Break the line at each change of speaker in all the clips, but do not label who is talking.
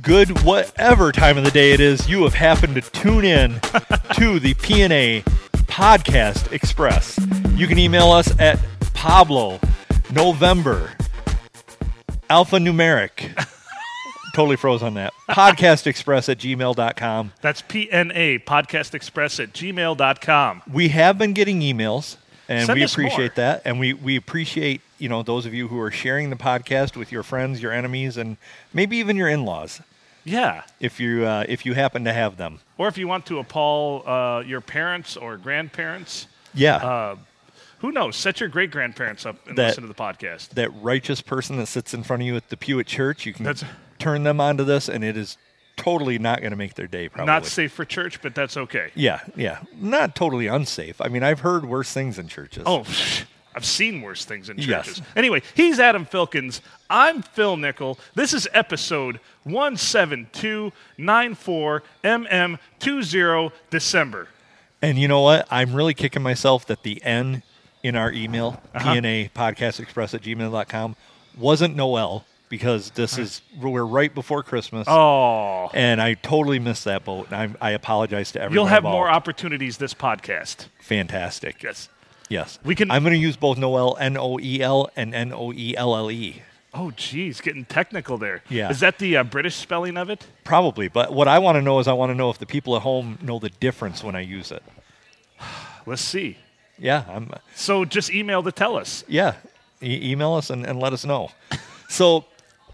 good whatever time of the day it is you have happened to tune in to the PNA Podcast Express. You can email us at Pablo November alphanumeric. totally froze on that. Podcast Express at gmail.com.
That's PNA, Podcast Express at gmail.com.
We have been getting emails and
Send
we
us more.
appreciate that. And we, we appreciate, you know, those of you who are sharing the podcast with your friends, your enemies, and maybe even your in laws.
Yeah.
if you uh, if you happen to have them.
Or if you want to appall uh, your parents or grandparents,
Yeah,
Uh, who knows? Set your great grandparents up and
That-
listen to the podcast.
that righteous person that sits in front of you at the pew at church, you can
That's-
turn them onto this, and it is totally not going to make their day. Probably
Not safe for church, but that's okay.
Yeah, yeah, not totally unsafe. I mean, I've heard worse things in churches.
Oh, I've seen worse things in
Yes.
churches. Anyway, he's Adam Filkins. I'm Phil Nickel. This is episode 17294 MM20 December.
and you know what? I'm really kicking myself that the N in our email
Uh-huh.
pna podcast express at gmail.com wasn't Noel because this is we're right before Christmas.
Uh-huh. Oh,
And I totally missed that boat. And I, I apologize to everyone.
you'll have more
involved.
opportunities this podcast.
Fantastic.
Yes.
Yes.
We can-
I'm going to use both Noel, N O E L, and N O E L L E.
Oh, geez, getting technical there.
Yeah.
Is that the uh, British spelling of it?
Probably. But what I want to know is I want to know if the people at home know the difference when I use it.
Let's see.
Yeah. I'm,
So just email to tell us.
yeah. E- email us and, and let us know. so,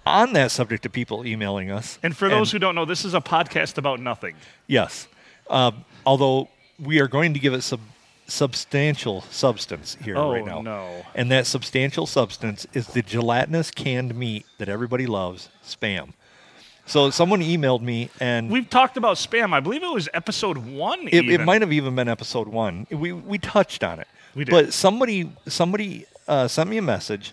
on that subject of people emailing us.
And for those who don't know, this is a podcast about nothing.
Yes. Um, although we are going to give it some substantial substance here
Oh,
right now.
no.
And that substantial substance is the gelatinous canned meat that everybody loves, spam. So someone emailed me and
We've talked about spam. I believe it was episode one.
it, it
even.
might have even been episode one. We we touched on it.
We did.
But somebody somebody uh, sent me a message,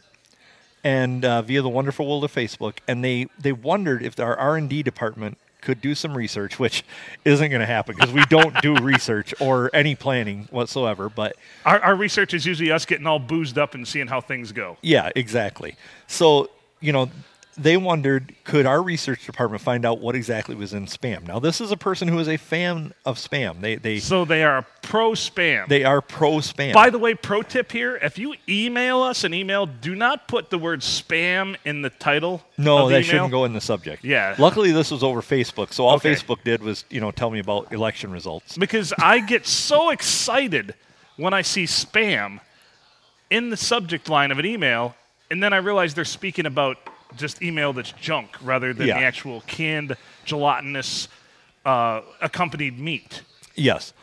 and uh, via the wonderful world of Facebook, and they they wondered if our R and D department could do some research, which isn't going to happen because we don't do research or any planning whatsoever. But
Our, our research is usually us getting all boozed up and seeing how things go.
yeah, exactly. So you know. They wondered, could our research department find out what exactly was in spam? Now, this is a person who is a fan of spam. They they
So they are pro spam.
they are pro spam.
By the way, pro tip here if you email us an email, do not put the word spam in the title.
No,
of the
that
email.
shouldn't go in the subject.
Yeah.
Luckily, this was over Facebook, so all
Okay.
Facebook did was you know tell me about election results.
Because I get so excited when I see spam in the subject line of an email, and then I realize they're speaking about just email that's junk rather than
Yeah.
the actual canned, gelatinous, uh, accompanied meat.
Yes.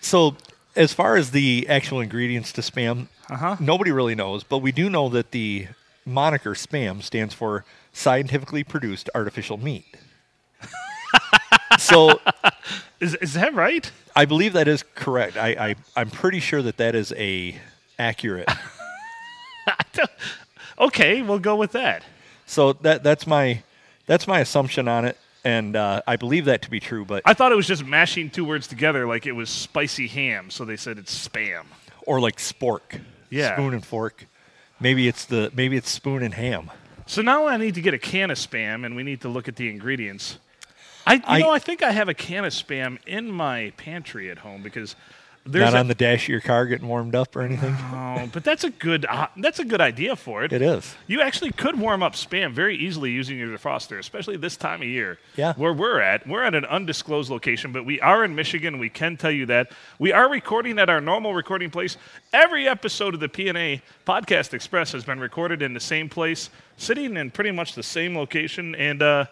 So as far as the actual ingredients to spam,
Uh-huh.
nobody really knows, but we do know that the moniker spam stands for scientifically produced artificial meat. so
Is, is that right?
I believe that is correct. I, I I'm pretty sure that that is a accurate.
Okay, we'll go with that.
So that that's my that's my assumption on it, and uh, I believe that to be true. But
I thought it was just mashing two words together like it was spicy ham, so they said it's spam.
or like spork.
Yeah.
Spoon and fork. Maybe it's the maybe it's spoon and ham.
So now I need to get a can of spam and we need to look at the ingredients. I you
I-
know I think I have a can of spam in my pantry at home because there's
Not
a,
on the dash of your car getting warmed up or anything.
oh, but that's a good uh, that's a good idea for it.
It is.
You actually could warm up spam very easily using your defroster, especially this time of year.
Yeah.
Where we're at, we're at an undisclosed location, but we are in Michigan. We can tell you that. We are recording at our normal recording place. Every episode of the PNA Podcast Express has been recorded in the same place, sitting in pretty much the same location, and uh,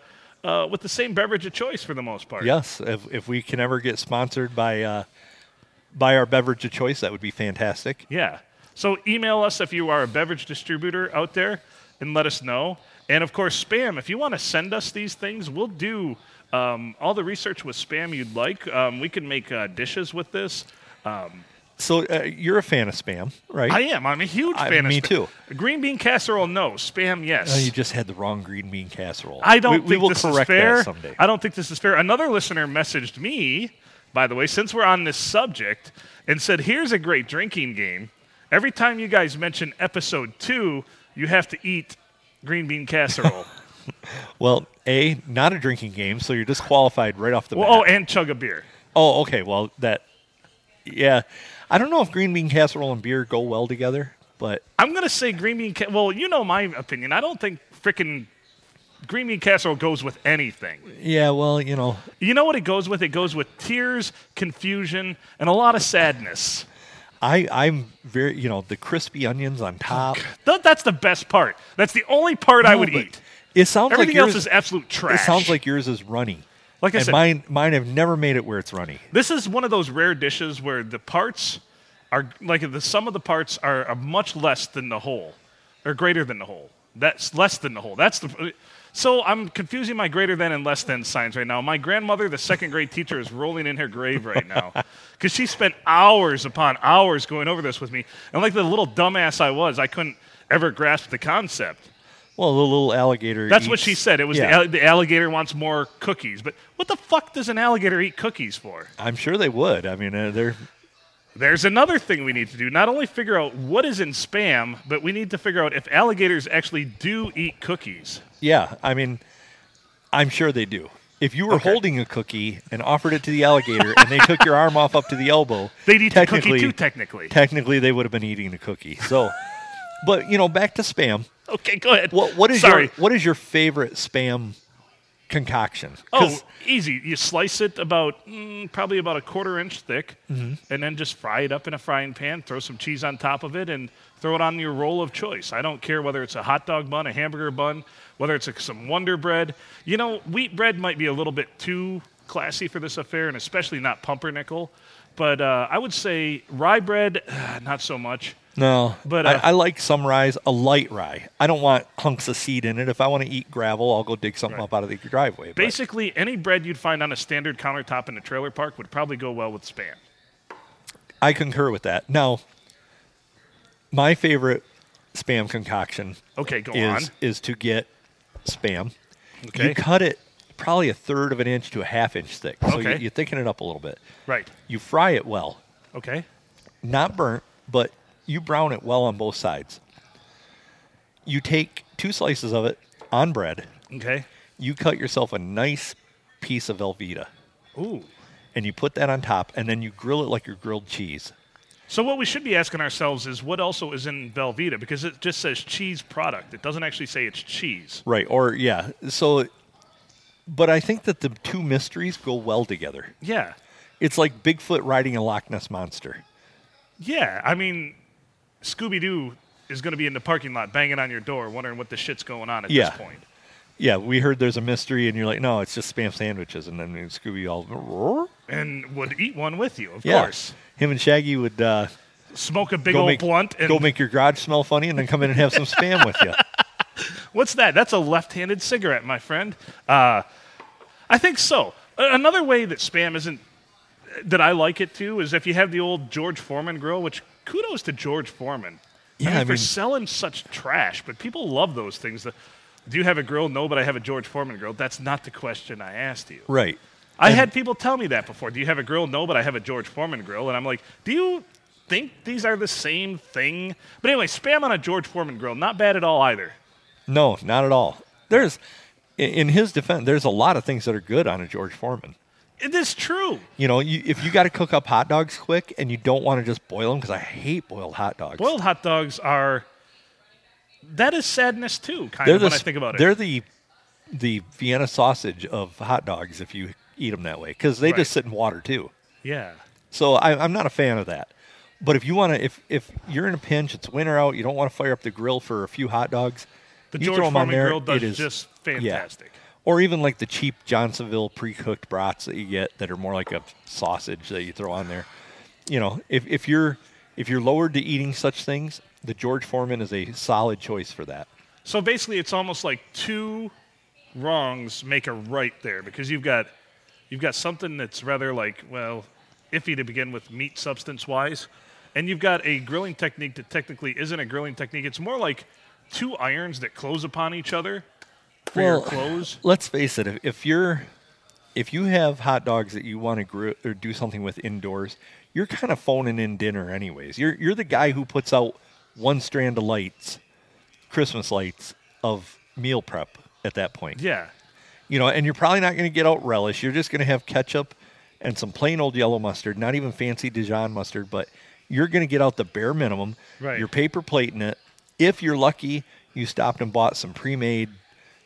uh, with the same beverage of choice for the most part.
Yes. If if we can ever get sponsored by uh, by our beverage of choice, that would be fantastic.
Yeah. So email us if you are a beverage distributor out there and let us know. And of course, spam. If you want to send us these things, we'll do um, all the research with spam you'd like. Um, we can make uh, dishes with this.
So uh, you're a fan of spam, right?
I am. I'm a huge
I-
fan
me
of spam.
too.
Green bean casserole, no. Spam, yes.
Uh, you just had the wrong green bean casserole.
I don't
We,
think
we will
this
correct
is fair.
that someday.
I don't think this is fair. Another listener messaged me, by the way, since we're on this subject, and said, "Here's a great drinking game. Every time you guys mention episode two, you have to eat green bean casserole."
Well, A, not a drinking game, so you're disqualified right off the
Well, oh,
bat.
and chug a beer.
Oh, okay. Well, that, yeah. I don't know if green bean casserole and beer go well together, but
I'm gonna say green bean. Ca- well, you know my opinion. I don't think frickin' green bean casserole goes with anything.
yeah, well, you know,
You know what it goes with? It goes with tears, confusion, and a lot of sadness.
I, I'm very, you know, the crispy onions on top.
Th- that's the best part. That's the only part I
No,
would
but
eat.
It sounds
Everything
like yours,
else is absolute
It
trash.
sounds like yours is runny.
Like I
and
said-
mine, mine have never made it where it's runny.
this is one of those rare dishes where the parts are like the sum of the parts are, are much less than the whole, or greater than the whole. That's less than the whole. That's the. So I'm confusing my greater than and less than signs right now. My grandmother, the second grade teacher, is rolling in her grave right now because she spent hours upon hours going over this with me. And like the little dumbass I was, I couldn't ever grasp the concept.
Well, the little alligator.
That's what
eats-
she said. It was
Yeah.
the, al- the alligator wants more cookies. But what the fuck does an alligator eat cookies for?
I'm sure they would. I mean, uh, they're
There's another thing we need to do. Not only figure out what is in spam, but we need to figure out if alligators actually do eat cookies.
Yeah, I mean, I'm sure they do. If you were holding a cookie and offered it to the alligator and they took your arm off up to the elbow,
They'd eat the cookie
technically,
too, technically.
technically they would have been eating the cookie. So, but you know, back to spam.
okay, go ahead.
What what is
Sorry.
your what is your favorite spam concoction? 'Cause-
Oh, easy. You slice it about mm, probably about a quarter inch thick, and then just fry it up in a frying pan. Throw some cheese on top of it, and throw it on your roll of choice. I don't care whether it's a hot dog bun, a hamburger bun, whether it's a, some Wonder Bread. You know, wheat bread might be a little bit too classy for this affair, and especially not pumpernickel. But uh, I would say rye bread, uh, not so much.
no,
but,
but
uh,
I, I like some rye, a light rye. I don't want hunks of seed in it. If I want to eat gravel, I'll go dig something up out of the driveway. but-
Basically, any bread you'd find on a standard countertop in a trailer park would probably go well with spam.
I concur with that. Now, my favorite spam concoction
Okay, go on.
is is to get spam.
Okay.
You cut it probably a third of an inch to a half inch thick, so
Okay.
you, you thicken it up a little bit.
Right.
You fry it well,
Okay.
not burnt, but you brown it well on both sides. You take two slices of it on bread.
Okay.
You cut yourself a nice piece of Velveeta,
Ooh.
and you put that on top, and then you grill it like your grilled cheese.
So what we should be asking ourselves is what also is in Velveeta because it just says cheese product. It doesn't actually say it's cheese.
Right. Or yeah. So, but I think that the two mysteries go well together.
Yeah.
It's like Bigfoot riding a Loch Ness monster.
Yeah. I mean, Scooby Doo is going to be in the parking lot banging on your door, wondering what the shit's going on at
Yeah.
this point.
Yeah, we heard there's a mystery, and you're like, no, it's just spam sandwiches, and then Scooby all, roar.
And would eat one with you, of
yeah.
course.
Him and Shaggy would uh,
Smoke a big
go
old
make
blunt and
go make your garage smell funny, and then come in and have some spam with you.
What's that? That's a left-handed cigarette, my friend. Uh, I think so. A- Another way that spam isn't that I like it too is if you have the old George Foreman grill, which kudos to George Foreman.
Yeah,
I mean,
I
for
mean-
selling such trash, but people love those things. The- do you have a grill? No, but I have a George Foreman grill. That's not the question I asked you.
Right.
I had people tell me that before. Do you have a grill? No, but I have a George Foreman grill. And I'm like, do you think these are the same thing? But anyway, spam on a George Foreman grill, not bad at all either.
No, not at all. There's, i- in his defense, there's a lot of things that are good on a George Foreman.
It is true.
You know, you, if you got to cook up hot dogs quick, and you don't want to just boil them, because I hate boiled hot dogs.
boiled hot dogs are that is sadness too kind
they're
of
the
when i
s-
think about it
They're the the Vienna sausage of hot dogs if you eat them that way because they
Right.
just sit in water too.
yeah
So I, I'm not a fan of that. But if you want to, if if you're in a pinch, it's winter out, you don't want to fire up the grill for a few hot dogs.
the
you
george
throw 'em on
foreman
there,
grill does
it is-
just
yeah.
fantastic
Or even like the cheap Johnsonville pre-cooked brats that you get that are more like a sausage that you throw on there. You know, if if you're if you're lowered to eating such things, the George Foreman is a solid choice for that.
so basically it's almost like two wrongs make a right there because you've got you've got something that's rather like well iffy to begin with meat substance wise and you've got a grilling technique that technically isn't a grilling technique it's more like two irons that close upon each other for your
Well,
clothes
let's face it if, if you're if you have hot dogs that you want to grill or do something with indoors you're kind of phoning in dinner anyways you're you're the guy who puts out one strand of lights christmas lights of meal prep at that point.
Yeah.
You know, and you're probably not going to get out relish. You're just going to have ketchup and some plain old yellow mustard, not even fancy Dijon mustard, but you're going to get out the bare minimum.
Right.
You're paper plating it. If you're lucky, you stopped and bought some pre-made,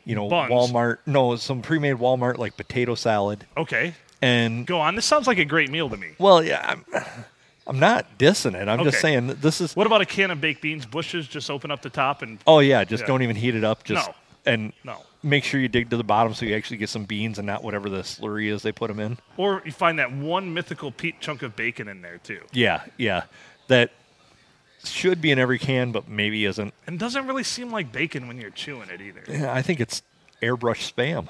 you know,
Buns.
Walmart. No, some pre-made Walmart like potato salad
Okay.
and
Go on. This sounds like a great meal to me.
well, yeah, I'm, I'm not dissing it. I'm just
Okay.
saying that this is.
What about a can of baked beans? Bushes just open up the top and
Oh yeah, just
Yeah.
don't even heat it up. Just
No.
and
no.
make sure you dig to the bottom so you actually get some beans and not whatever the slurry is they put them in.
Or you find that one mythical pe- chunk of bacon in there too.
Yeah, yeah, that should be in every can, but maybe isn't.
And doesn't really seem like bacon when you're chewing it either.
I think it's airbrush spam,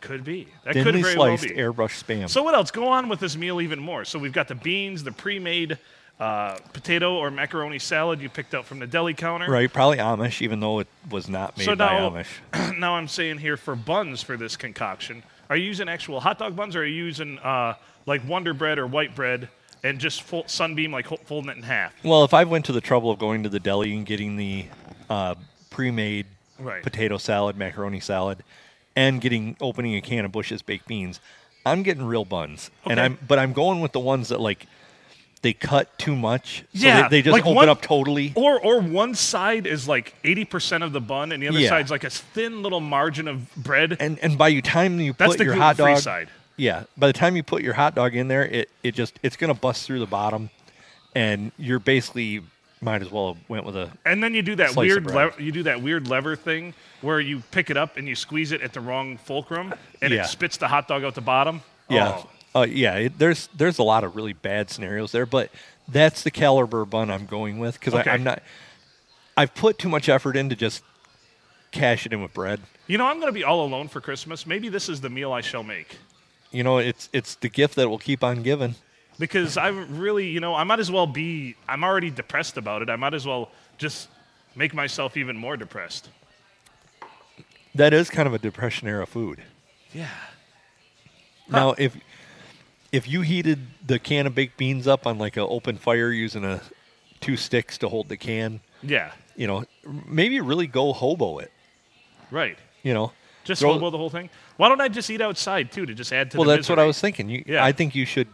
Could be. That could
thinly
very
sliced
well be.
airbrush spam.
So what else? Go on with this meal even more. So we've got the beans, the pre-made uh, potato or macaroni salad you picked up from the deli counter.
right, probably Amish, even though it was not made
So
by
now,
Amish.
now I'm saying here for buns for this concoction, are you using actual hot dog buns or are you using uh, like Wonder Bread or white bread and just full, sunbeam like ho- folding it in half?
Well, if I went to the trouble of going to the deli and getting the uh, pre-made
Right.
potato salad, macaroni salad, and getting opening a can of Bush's baked beans, I'm getting real buns, and
Okay.
I'm but I'm going with the ones that like they cut too much, so
Yeah,
they, they just
like
open
one-
up totally.
Or or one side is like 80% of the bun and the other
Yeah.
side's like a thin little margin of bread.
And and by you time you
That's
put
the
your hot
gluten-free
dog,
side.
yeah, by the time you put your hot dog in there, it it just it's gonna bust through the bottom, and you're basically might as well have went with a
And then you do that
Slice of
weird
bread.
lever, you do that weird lever thing where you pick it up and you squeeze it at the wrong fulcrum and
Yeah.
it spits the hot dog out the bottom.
Yeah.
Oh.
Uh, yeah, it, there's there's a lot of really bad scenarios there, but that's the caliber of bun I'm going with because
Okay.
I'm not. I've put too much effort into just cash it in with bread.
You know, I'm going to be all alone for Christmas. Maybe this is the meal I shall make.
You know, it's it's the gift that will keep on giving.
because I really, you know, I might as well be. I'm already depressed about it. I might as well just make myself even more depressed.
That is kind of a depression era food.
Yeah.
Now, if if you heated the can of baked beans up on like an open fire using a two sticks to hold the can,
Yeah.
you know, maybe really go hobo it.
Right.
You know,
Just
Throw-
hobo the whole thing. Why don't I just eat outside too to just add to
Well,
the
that's what I
misery?
was thinking. You,
Yeah.
I think you should.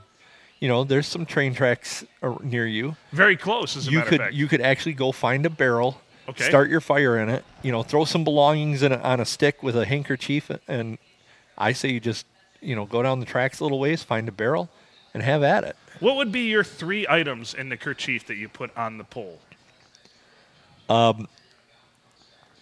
You know, there's some train tracks ar- near you.
Very close, as a
you
matter
could
of fact.
you could actually go find a barrel,
Okay.
start your fire in it. You know, throw some belongings in a, on a stick with a handkerchief, and I say you just you know go down the tracks a little ways, find a barrel, and have at it.
what would be your three items in the kerchief that you put on the pole?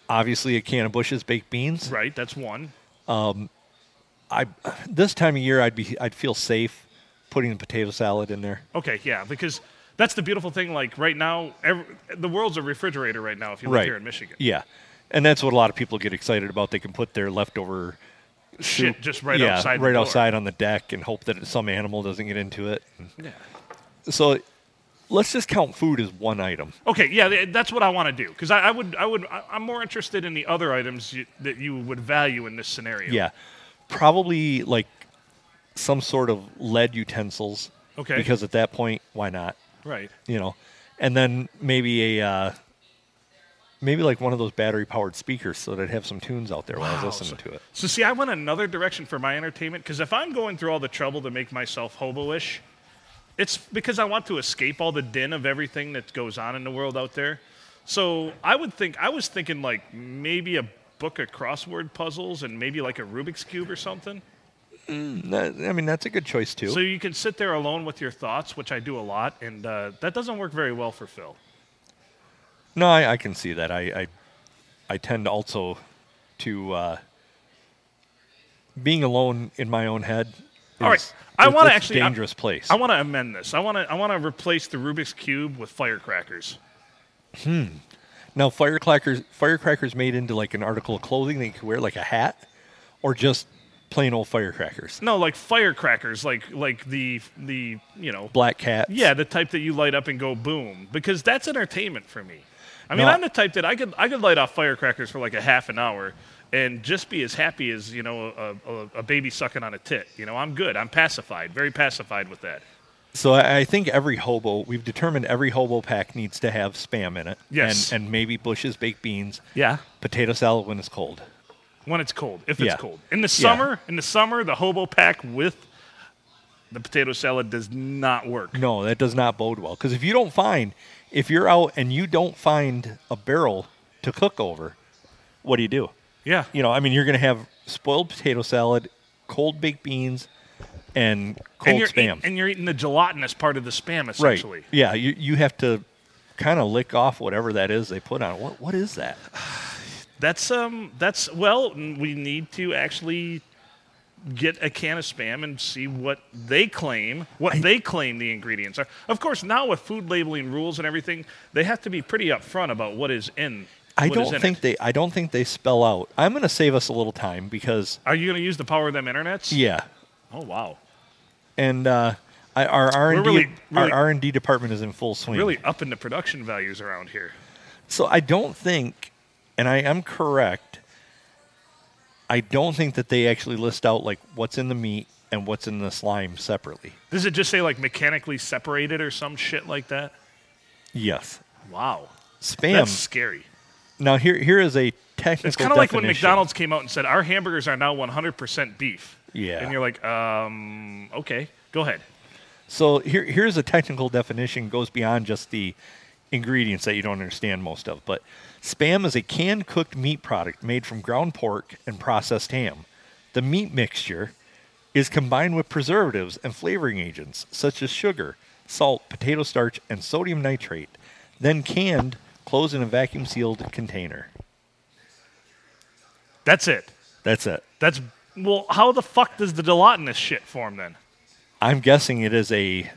Obviously, a can of Bush's baked beans.
Right. That's one.
I this time of year I'd be I'd feel safe putting the potato salad in there.
Okay. Yeah. Because. That's the beautiful thing. Like right now, every, the world's a refrigerator right now. If you live here in Michigan,
Yeah, and that's what a lot of people get excited about. They can put their leftover
shit just right
yeah,
outside. the
right
door.
outside on the deck, and hope that some animal doesn't get into it.
Yeah.
So, let's just count food as one item.
Okay, yeah, th- that's what I want to do because I, I would, I would, I- I'm more interested in the other items you, that you would value in this scenario.
Yeah, probably like some sort of lead utensils.
Okay.
Because at that point, why not?
right.
You know, and then maybe a uh, maybe like one of those battery powered speakers, so that I'd have some tunes out there while I
Wow,
was listening
so,
to it.
So see, I went another direction for my entertainment because if I'm going through all the trouble to make myself hobo-ish, it's because I want to escape all the din of everything that goes on in the world out there. So I would think I was thinking like maybe a book of crossword puzzles and maybe like a Rubik's cube or something.
That- I mean, that's a good choice too.
So you can sit there alone with your thoughts, which I do a lot, and uh, that doesn't work very well for Phil.
No, I, I can see that. I, I I tend also to uh, being alone in my own head. Is,
All right. I want to
it's
actually uh,
a dangerous place.
I want to amend this. I want to I want to replace the Rubik's cube with firecrackers.
now firecrackers firecrackers made into like an article of clothing that you could wear, like a hat, or just plain old firecrackers.
No, like firecrackers, like like the the you know
Black cats.
yeah the type that you light up and go boom because that's entertainment for me. I mean,
No.
I'm the type that I could I could light off firecrackers for like a half an hour and just be as happy as you know a, a, a baby sucking on a tit. You know, I'm good. I'm pacified, very pacified with that.
So I, I think every hobo we've determined every hobo pack needs to have spam in it.
Yes.
And and maybe Bush's baked beans.
Yeah.
Potato salad when it's cold.
when it's cold, if it's
Yeah.
cold. In the
Yeah.
summer, in the summer, the hobo pack with the potato salad does not work.
No, that does not bode well. Because if you don't find, if you're out and you don't find a barrel to cook over, what do you do?
Yeah.
You know, I mean, you're going to have spoiled potato salad, cold baked beans, and cold
and you're eat-
spam.
and you're eating the gelatinous part of the spam
right.
essentially.
Yeah, you, you have to kind of lick off whatever that is they put on it. What, what is that?
That's um that's well n- we need to actually get a can of spam and see what they claim what they claim the ingredients are. Of course now with food labeling rules and everything, they have to be pretty upfront about what is in
I
what is
don't
in
think
it.
they. I don't think they spell out. I'm going to save us a little time because
Are you going to use the power of them internets?
yeah,
Oh wow.
and uh, I, our R and D
really- really-
our R and D department is in full swing.
Really up in the production values around here.
So I don't think, and I am correct. I don't think that they actually list out like what's in the meat and what's in the slime separately.
Does it just say like mechanically separated or some shit like that?
Yes,
Wow.
spam.
That's scary.
now here here is a technical.
It's kind of like when
definition.
McDonald's came out and said our hamburgers are now 100% beef.
Yeah.
And you're like, um, okay, go ahead.
So here, here's a technical definition goes beyond just the ingredients that you don't understand most of. But spam is a canned cooked meat product made from ground pork and processed ham. The meat mixture is combined with preservatives and flavoring agents such as sugar, salt, potato starch, and sodium nitrate, then canned, closed in a vacuum sealed container.
That's it.
That's it.
That's well, how the fuck does the gelatinous shit form then?
I'm guessing it is a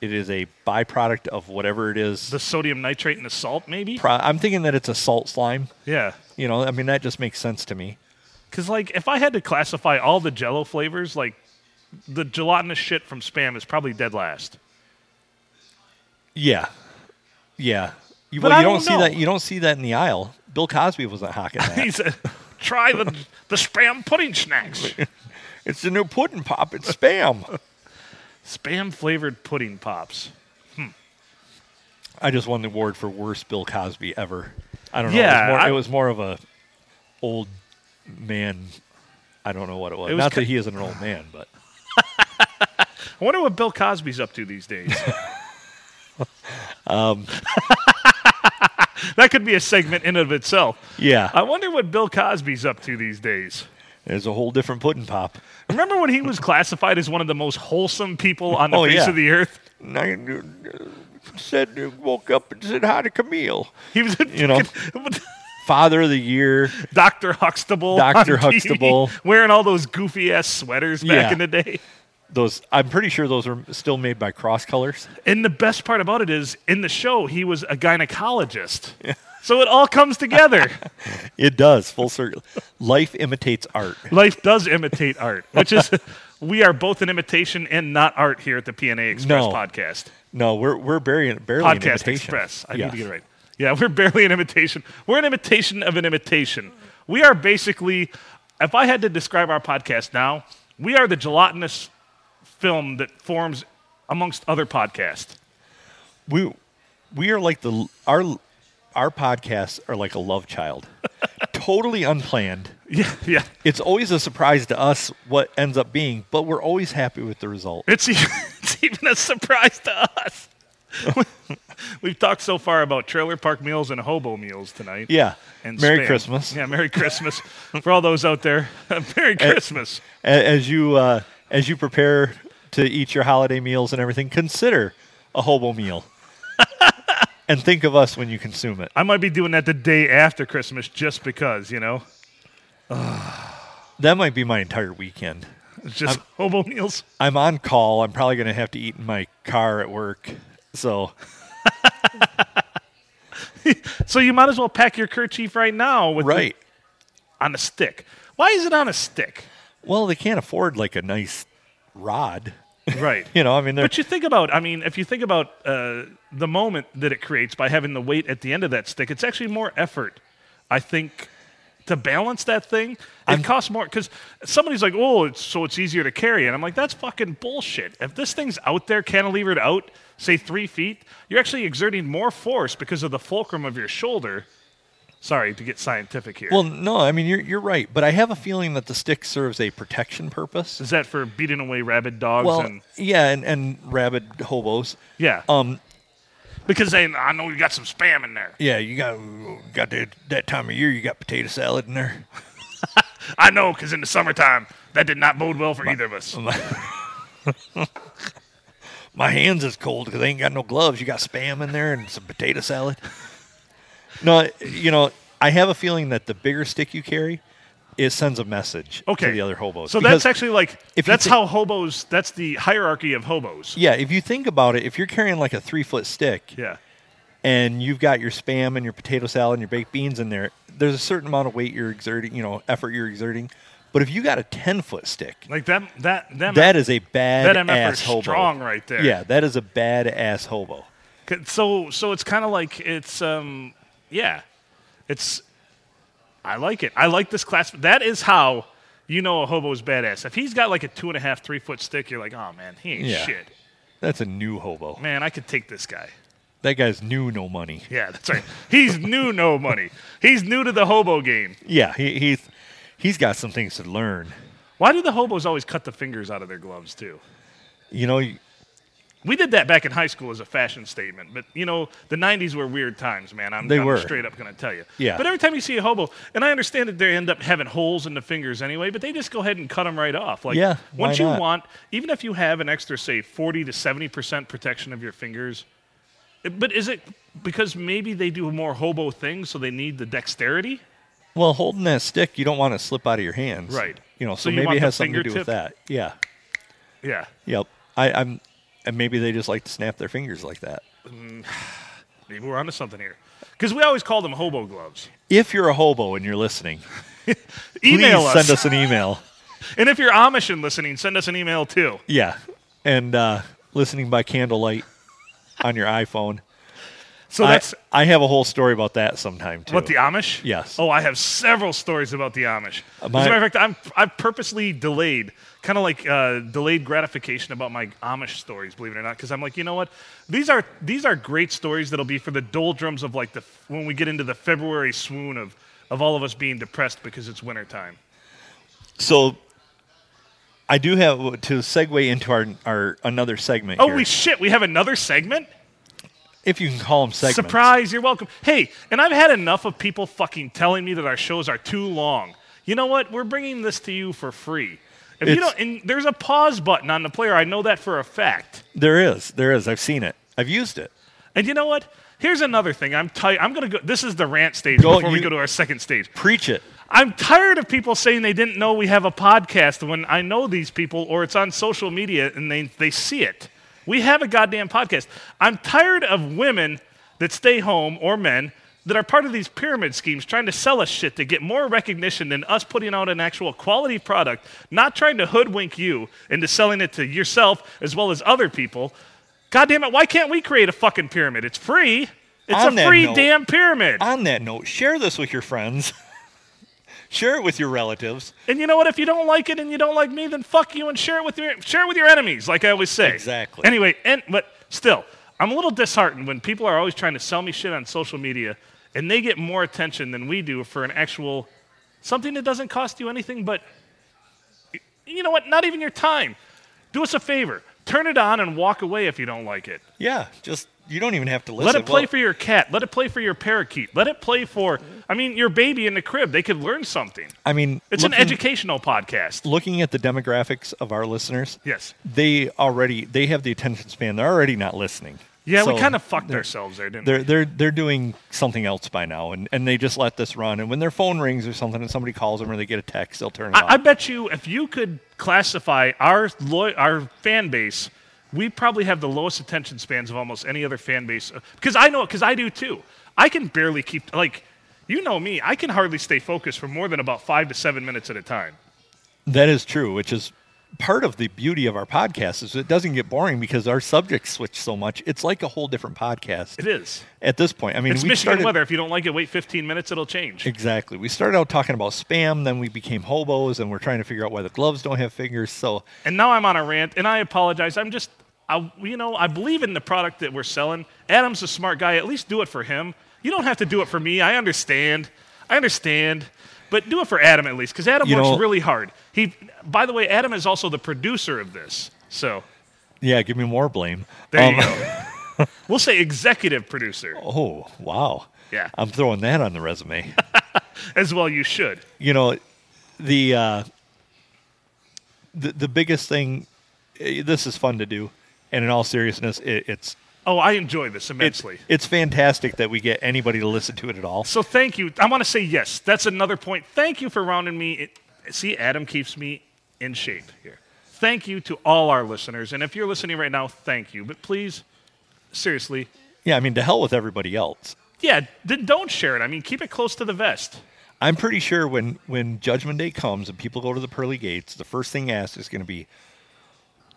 it is a byproduct of whatever it is.
The sodium nitrate and the salt, maybe?
Pro- I'm thinking that it's a salt slime.
Yeah.
You know, I mean, that just makes sense to me.
Because like, if I had to classify all the Jello flavors, like the gelatinous shit from Spam is probably dead last.
Yeah, yeah. You,
But
well,
I
you don't,
don't
see that.
know.
You don't see that in the aisle. Bill Cosby wasn't hawking
He
that.
said, "Try the the Spam pudding snacks."
it's the new pudding pop. It's spam.
Spam flavored pudding pops.
I just won the award for worst Bill Cosby ever. I don't
Yeah,
know. It was, more,
I-
it was more of a old man. I don't know what it was.
It was
Not
ki-
that he isn't an old man, but
I wonder what Bill Cosby's up to these days. Um, that could be a segment in of itself.
yeah,
I wonder what Bill Cosby's up to these days.
there's a whole different pudding pop.
Remember when he was classified as one of the most wholesome people on the
Oh,
face
yeah.
of the earth?
And I uh, said, woke up and said hi to Camille,
He was,
You know. Father of the Year.
Doctor Huxtable,
Dr.
on TV,
Huxtable.
wearing all those goofy ass sweaters back
Yeah.
in the day.
Those I'm pretty sure those are still made by Cross Colors.
And the best part about it is, in the show, he was a gynecologist. So it all comes together.
It does full circle. Life imitates art.
Life does imitate art, which is we are both an imitation and not art here at the PNA Express
No.
podcast.
No, we're we're barely barely an
Podcast
imitation.
Express. I
Yeah.
need to get it right. Yeah, we're barely an imitation. We're an imitation of an imitation. We are basically, if I had to describe our podcast now, we are the gelatinous film that forms amongst other podcasts.
We we are like the our our podcasts are like a love child, totally unplanned.
Yeah, yeah.
It's always a surprise to us what ends up being, but we're always happy with the result.
It's even, it's even a surprise to us. We've talked so far about trailer park meals and hobo meals tonight.
Yeah.
and
Merry
spam.
Christmas.
Yeah, Merry Christmas for all those out there. Merry Christmas.
A- As you uh, as you prepare to eat your holiday meals and everything, consider a hobo meal, and think of us when you consume it.
I might be doing that the day after Christmas just because, you know,
That might be my entire weekend.
it's just hobo meals.
I'm on call. I'm probably going to have to eat in my car at work. So,
So you might as well pack your kerchief right now with the-
right.
on a stick. Why is it on a stick?
Well, they can't afford like a nice rod.
Right.
You know, I mean, they're
But you think about, I mean, if you think about uh, the moment that it creates by having the weight at the end of that stick, it's actually more effort, I think, to balance that thing. It costs more because somebody's like, oh, it's, so it's easier to carry. And I'm like, that's fucking bullshit. If this thing's out there, cantilevered out, say three feet, you're actually exerting more force because of the fulcrum of your shoulder Sorry to get scientific here.
Well, no, I mean you're you're right, but I have a feeling that the stick serves a protection purpose.
is that for beating away rabid dogs?
Well,
and
yeah, and, and rabid hobos.
yeah,
Um,
because they, I know you got some spam in there.
yeah, you got got that, that time of year. You got potato salad in there.
I know, because in the summertime, that did not bode well for either of us.
My hands is cold because I ain't got no gloves. You got spam in there and some potato salad. No, you know, I have a feeling that the bigger stick you carry, it sends a message
Okay,
to the other hobos.
So
Because-
that's actually like
if you
that's
thi-
how hobos. That's the hierarchy of hobos.
yeah. If you think about it, if you're carrying like a three foot stick,
Yeah.
and you've got your spam and your potato salad and your baked beans in there, there's a certain amount of weight you're exerting, you know, effort you're exerting. But if you got a 10 foot stick,
Like that. That. That.
that is a bad
that MF is
ass hobo.
strong right there.
Yeah, that is a bad ass hobo.
C- So so it's kind of like it's um yeah, it's I like it. I like this class. That is how you know a hobo is badass. If he's got like a two and a half three foot stick, you're like, oh man, he ain't
Yeah.
shit.
That's a new hobo.
Man, I could take this guy.
That guy's new, no money.
Yeah, that's right. He's new, no money. He's new to the hobo game.
Yeah, he, he's he's got some things to learn.
Why do the hobos always cut the fingers out of their gloves too?
You know, you-
We did that back in high school as a fashion statement, but you know the '90s were weird times, man. I'm,
They
I'm
were.
straight up going to tell you.
Yeah.
But every time you see a hobo, and I understand that they end up having holes in the fingers anyway, but they just go ahead and cut them right off. Like,
Yeah, why
once you
not?
want, even if you have an extra, say, 40 to 70 percent protection of your fingers, eh, but is it because maybe they do more hobo things, so they need the dexterity?
well, holding that stick, you don't want it to slip out of your hands.
Right.
You know,
So
so,
you
maybe
want
it
the
has something to do with that.
fingertip?
Yeah.
Yeah.
Yep. I, I'm, and maybe they just like to snap their fingers like that.
Maybe we're onto something here, because we always call them hobo gloves.
If you're a hobo and you're listening,
Email
please
us,
send us an email.
and if you're Amish and listening, send us an email too.
Yeah. And uh, listening by candlelight on your iPhone.
So
I,
that's
I have a whole story about that sometime too.
About the Amish?
Yes. Uh,
Oh, I have several stories about the Amish.
my-
As a matter of fact, I'm I've purposely delayed, kind of like uh, delayed gratification about my Amish stories, believe it or not, because I'm like, you know what? These are these are great stories that'll be for the doldrums of like the when we get into the February swoon of of all of us being depressed because it's wintertime.
so I do have to segue into our, our another segment.
Oh,
here,
we shit, we have another segment?
if you can call them segments.
Surprise, you're welcome. Hey, and I've had enough of people fucking telling me that our shows are too long. You know what? We're bringing this to you for free. If you
It's-
don't, and there's a pause button on the player. I know that for a fact.
There is, there is. I've seen it. I've used it.
And you know what? Here's another thing. I'm tired. I'm gonna go. This is the rant stage
Go-
before we
you-
go to our second stage.
Preach it.
I'm tired of people saying they didn't know we have a podcast when I know these people or it's on social media and they, they see it. We have a goddamn podcast. I'm tired of women that stay home or men that are part of these pyramid schemes trying to sell us shit to get more recognition than us putting out an actual quality product, not trying to hoodwink you into selling it to yourself as well as other people. God damn it, why can't we create a fucking pyramid? It's free. It's
On
a
that
free
note-
damn pyramid.
On that note, share this with your friends. share it with your relatives.
And you know what? If you don't like it and you don't like me, then fuck you and share it with your share it with your enemies, like I always say.
Exactly.
Anyway, and but still, I'm a little disheartened when people are always trying to sell me shit on social media, and they get more attention than we do for an actual something that doesn't cost you anything but y- you know what? Not even your time. Do us a favor. Turn it on and walk away if you don't like it.
Yeah, just you don't even have to listen.
Let it play
Well,
for your cat. Let it play for your parakeet. Let it play for, I mean, your baby in the crib. They could learn something.
I mean,
It's an
looking-
educational podcast.
Looking at the demographics of our listeners,
Yes.
they already they have the attention span. They're already not listening.
Yeah,
So
we kind of fucked
they're-
ourselves there, didn't
They're they're they're doing something else by now, and, and they just let this run. And when their phone rings or something, and somebody calls them or they get a text, they'll turn it
we? I, I
off.
bet you if you could classify our lo- our fan base, we probably have the lowest attention spans of almost any other fan base. Because I know it, because I do too. I can barely keep like, you know me. I can hardly stay focused for more than about five to seven minutes at a time.
that is true, which is part of the beauty of our podcast is it doesn't get boring because our subjects switch so much. It's like a whole different podcast
It is.
at this point. I mean,
It's
we
Michigan
started
weather. If you don't like it, wait 15 minutes. It'll change.
exactly. We started out talking about spam, then we became hobos, and we're trying to figure out why the gloves don't have fingers. So
and now I'm on a rant, and I apologize. I'm just, I, you know, I believe in the product that we're selling. Adam's a smart guy. At least do it for him. You don't have to do it for me. I understand. I understand. But do it for Adam at least, because Adam
You
works
know-
really hard. He, by the way, Adam is also the producer of this. So
Yeah, give me more blame.
there
Um,
you go. we'll say executive producer
Oh, wow.
Yeah.
I'm throwing that on the resume.
as well. You should.
you know, the uh, the the biggest thing. eh, This is fun to do, and in all seriousness, it, it's
Oh, I enjoy this
it's
immensely.
it's fantastic that we get anybody to listen to it at all.
So thank you. I want to say yes. That's another point. Thank you for rounding me. It, see, Adam keeps me in shape here. Thank you to all our listeners. And if you're listening right now, thank you. But please, seriously,
Yeah, I mean, to hell with everybody else.
yeah, d- don't share it. I mean, keep it close to the vest.
I'm pretty sure when when Judgment Day comes and people go to the pearly gates, the first thing asked is going to be,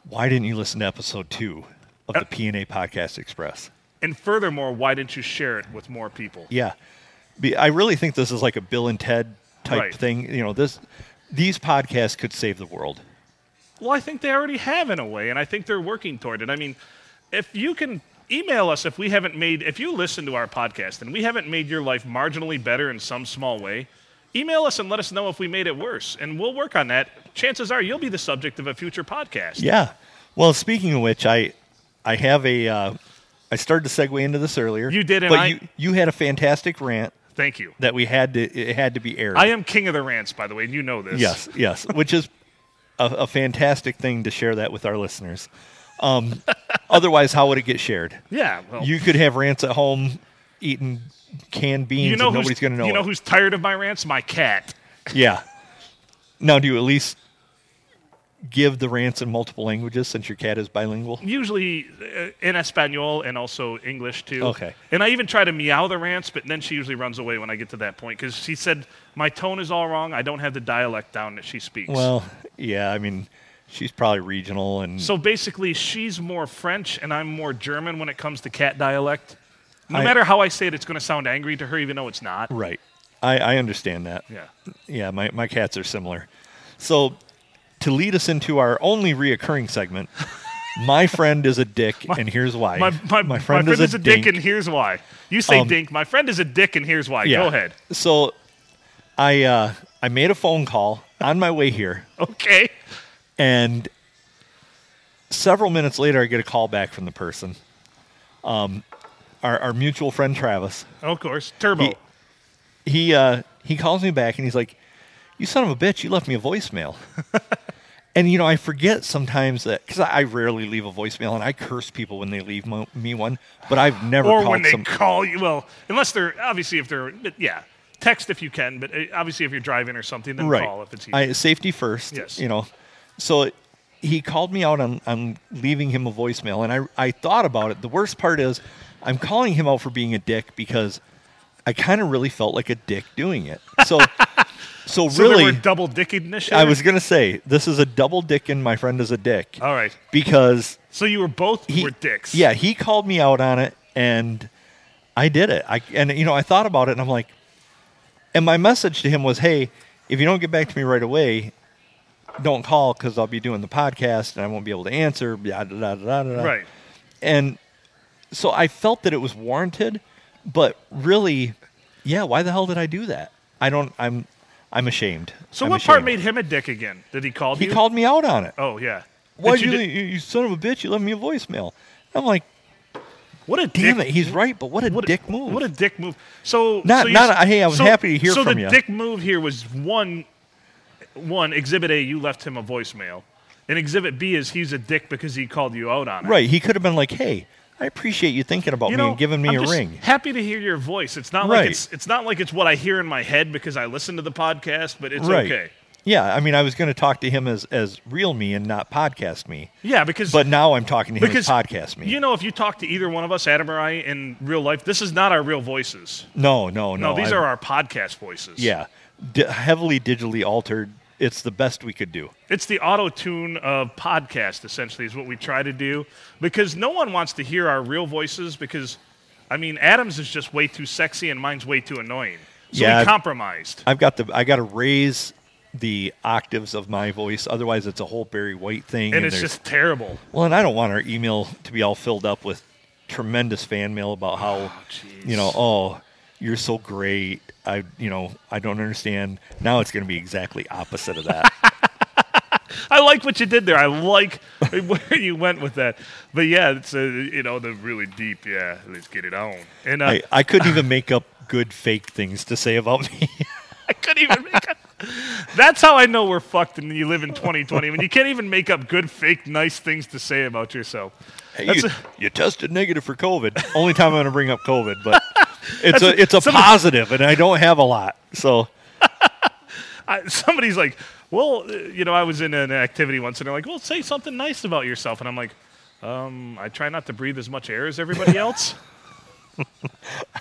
"Why didn't you listen to episode two of the PNA Podcast Express?"
And furthermore, why didn't you share it with more people?
Yeah, Be- I really think this is like a Bill and Ted type
Right.
thing. You know, this these podcasts could save the world.
Well, I think they already have in a way, and I think they're working toward it. I mean, if you can email us if we haven't made, if you listen to our podcast and we haven't made your life marginally better in some small way, email us and let us know if we made it worse, and we'll work on that. Chances are you'll be the subject of a future podcast.
Yeah. Well, speaking of which, I I have a uh, I started to segue into this earlier.
You did, and
but
I-
you you had a fantastic rant
Thank you.
that we had to it had to be aired.
I am king of the rants, by the way, and you know this.
Yes, yes, which is a, a fantastic thing to share that with our listeners. Um, otherwise, how would it get shared?
Yeah. Well,
You could have rants at home eating canned beans,
you know
and
who's
nobody's going to know.
You know
it.
who's tired of my rants? My cat.
yeah. Now, do you at least give the rants in multiple languages since your cat is bilingual?
usually uh, in Espanol and also English too.
Okay.
And I even try to meow the rants, but then she usually runs away when I get to that point because she said my tone is all wrong. I don't have the dialect down that she speaks.
Well, yeah. I mean, she's probably regional, and
so basically, she's more French and I'm more German when it comes to cat dialect. No
I-
matter how I say it, it's going to sound angry to her, even though it's not.
right. I, I understand that.
Yeah.
Yeah, my, my cats are similar. So, to lead us into our only reoccurring segment, my friend is a dick, and here's why.
My, my, my friend, is, a dick, and here's why. You say
Um,
dink. My friend is a dick, and here's why.
Yeah.
Go ahead.
So, I uh, I made a phone call on my way here,
Okay.
and several minutes later, I get a call back from the person, um, our, our mutual friend Travis.
Of course. Turbo.
He- he uh, he calls me back and he's like, "You son of a bitch, you left me a voicemail." and you know, I forget sometimes that because I rarely leave a voicemail, and I curse people when they leave mo- me one. But I've never
or
called
when they
some.
call you. Well, unless they're obviously if they're but yeah, text if you can, but uh, obviously if you're driving or something, then
right,
call if it's easy.
I, safety first.
Yes.
you know. So he called me out on, on leaving him a voicemail, and I I thought about it. The worst part is, I'm calling him out for being a dick because I kind of really felt like a dick doing it. So. So,
so
really,
there were double dickedness.
I was gonna say this is a double dick and my friend is a dick
All right.
because
So you were both
he
Oh. were dicks.
Yeah, he called me out on it and I did it. I and you know I thought about it and I'm like, and my message to him was, hey, if you don't get back to me right away, don't call because I'll be doing the podcast and I won't be able to answer. Blah, blah, blah, blah, blah.
Right.
And so I felt that it was warranted, but really, yeah, why the hell did I do that? I don't. I'm. I'm ashamed.
So
I'm
what part
ashamed.
made him a dick again? Did he call
He
you?
called me out on it.
Oh yeah.
Why
Did
you,
di-
you, you son of a bitch? You left me a voicemail. I'm like,
What a
damn
dick,
it, he's right, but what a
What a-
dick move.
What a dick move. So
Not-
so you
not
s-
a- hey, I was
so-
happy to hear
so
from
the
ya.
dick move here was one, one exhibit A. You left him a voicemail, and exhibit B is he's a dick because he called you out on it.
right. He could have been like, hey, I appreciate you thinking about
you
me
know,
and giving me
I'm
a
just
ring.
Happy to hear your voice. It's not
Right.
like it's it's not like it's what I hear in my head because I listen to the podcast, but it's
Right.
okay.
Yeah, I mean, I was going to talk to him as as real me and not podcast me,
Yeah, because
but now I'm talking to him
because
as podcast me.
You know, if you talk to either one of us, Adam or I, in real life, this is not our real voices.
no, no, no.
No, these
I-
are our podcast voices.
yeah, di- heavily digitally altered. It's the best we could do.
It's the auto tune of podcast, essentially, is what we try to do because no one wants to hear our real voices because, I mean, Adam's is just way too sexy and mine's way too annoying. So
Yeah.
we compromised.
I've got the I got to raise the octaves of my voice, otherwise it's a whole Barry White thing,
And it's
there's-
just terrible.
Well, and I don't want our email to be all filled up with tremendous fan mail about how,
jeez.
you know, oh, "You're so great. I, you know, I don't understand." Now it's going to be exactly opposite of that.
I like what you did there. I like where you went with that. But yeah, it's a, you know the really deep. Yeah, let's get it on. And uh,
I, I couldn't even make up good fake things to say about me.
I couldn't even make up. That's how I know we're fucked and you live in 2020 when you can't even make up good, fake, nice things to say about yourself.
Hey,
That's
you,
a-
you tested negative for COVID. Only time I'm going to bring up COVID, but it's a it's a
somebody-
positive, and I don't have a lot. So
I, somebody's like, well, uh, you know, I was in an activity once and they're like, well, say something nice about yourself. And I'm like, um, I try not to breathe as much air as everybody else.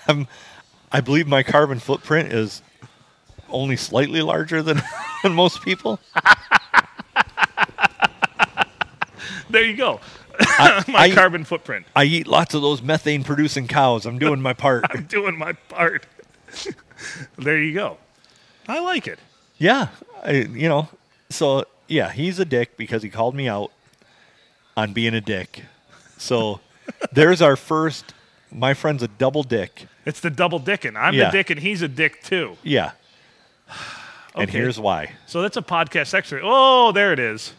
I believe my carbon footprint is only slightly larger than, than most people.
there you go. My
I-
carbon footprint.
I eat lots of those methane producing cows. I'm doing my part.
Doing my part. there you go. I like it.
yeah, I, you know. So yeah, he's a dick because he called me out on being a dick. So there's our first. My friend's a double dick.
It's the double dickin'. I'm
Yeah.
the dick and he's a dick too.
Yeah. And
Okay.
here's why.
So that's a podcast extra. Oh, there it is.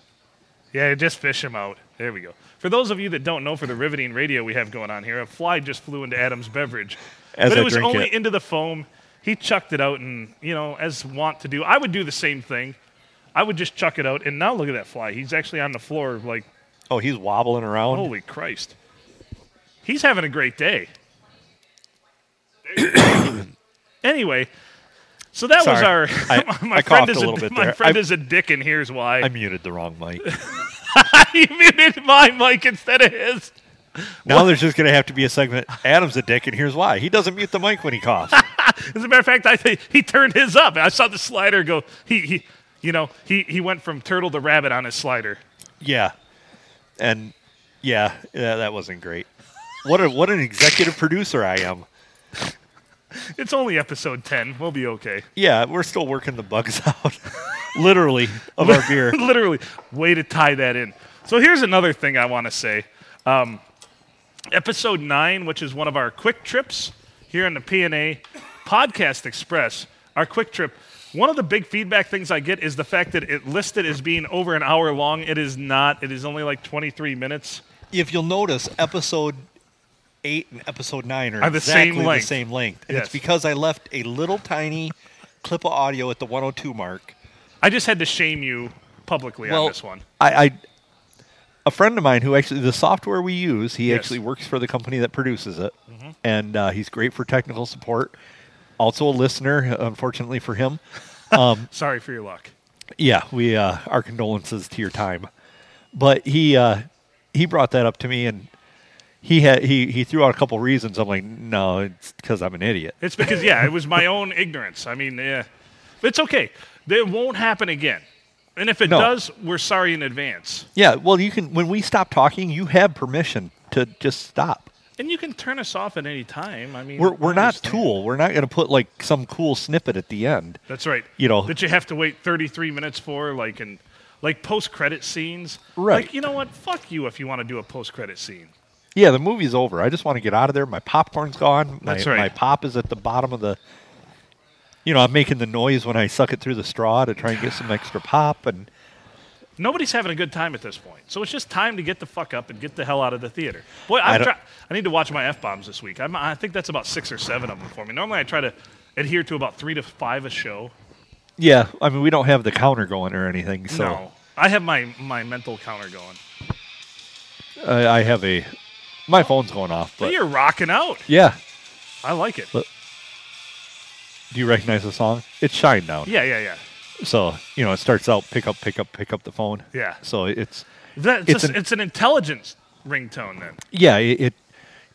Yeah, just fish him out. There we go. For those of you that don't know, for the riveting radio we have going on here, a fly just flew into Adam's beverage,
As
but
I
it was
drink
only
it.
into the foam. He chucked it out, and you know, as want to do, I would do the same thing. I would just chuck it out, and now look at that fly. He's actually on the floor, like
Oh, he's wobbling around.
holy Christ. He's having a great day. anyway, so that was
Sorry.
our.
I-
my
I
friend
coughed
is
a little bit
my
there.
friend
I-
is a dick, and here's why.
I muted the wrong mic.
he muted my mic instead of his.
Now there's just going to have to be a segment. Adam's a dick, and here's why. He doesn't mute the mic when he coughs.
As a matter of fact, I think he turned his up. I saw the slider go. He, he you know, he, he went from turtle to rabbit on his slider.
yeah, and yeah, yeah, that wasn't great. What a what an executive producer I am.
It's only episode ten. We'll be okay.
Yeah, we're still working the bugs out, literally of our beer.
Literally, way to tie that in. So here's another thing I want to say. Um, episode nine, which is one of our quick trips here on the PNA Podcast Express, our quick trip. One of the big feedback things I get is the fact that it listed as being over an hour long. It is not. It is only like 23 minutes.
If you'll notice, episode eight and episode nine are,
Are the same
exactly the
length.
same length, and
Yes.
it's because I left a little tiny clip of audio at the 102 mark.
I just had to shame you publicly on this one.
I, I a friend of mine who actually the software we use, he
Yes. Mm-hmm.
actually works for the company that produces it, and uh, he's great for technical support. Also a listener, unfortunately for him.
Sorry for your luck.
Yeah, we uh, our condolences to your time. But he uh, he brought that up to me, and he had he he threw out a couple reasons. I'm like, no, it's because I'm an idiot.
It's because yeah, it was my own ignorance. I mean, yeah, it's okay. It won't happen again. And if it
No.
does, we're sorry in advance.
Yeah, well, you can when we stop talking, you have permission to just stop.
And you can turn us off at any time. I mean,
We're we're
I
not
understand.
Tool. We're not going to put like some cool snippet at the end.
That's right.
You know.
that you have to wait 33 minutes for, like in like post credit scenes.
Right.
Like you know what? Fuck you if you want to do a post credit scene.
Yeah, the movie's over. I just want to get out of there. My popcorn's gone. My,
That's right.
My pop is at the bottom of the. You know, I'm making the noise when I suck it through the straw to try and get some extra pop, and
Nobody's having a good time at this point, so it's just time to get the fuck up and get the hell out of the theater. Boy, I've
don't-
try- I need to watch my f bombs this week. I'm, I think that's about six or seven of them for me. Normally, I try to adhere to about three to five a show.
yeah, I mean we don't have the counter going or anything, so
No, I have my my mental counter going.
I, I have a. My phone's going off,
But
but
you're rocking out.
yeah.
I like it.
But- Do you recognize the song? It's Shine Down.
Yeah, yeah, yeah.
So you know it starts out pick up, pick up, pick up the phone.
Yeah.
So it's
That's
It's
just-
an-
it's an intelligence ringtone then.
yeah it, it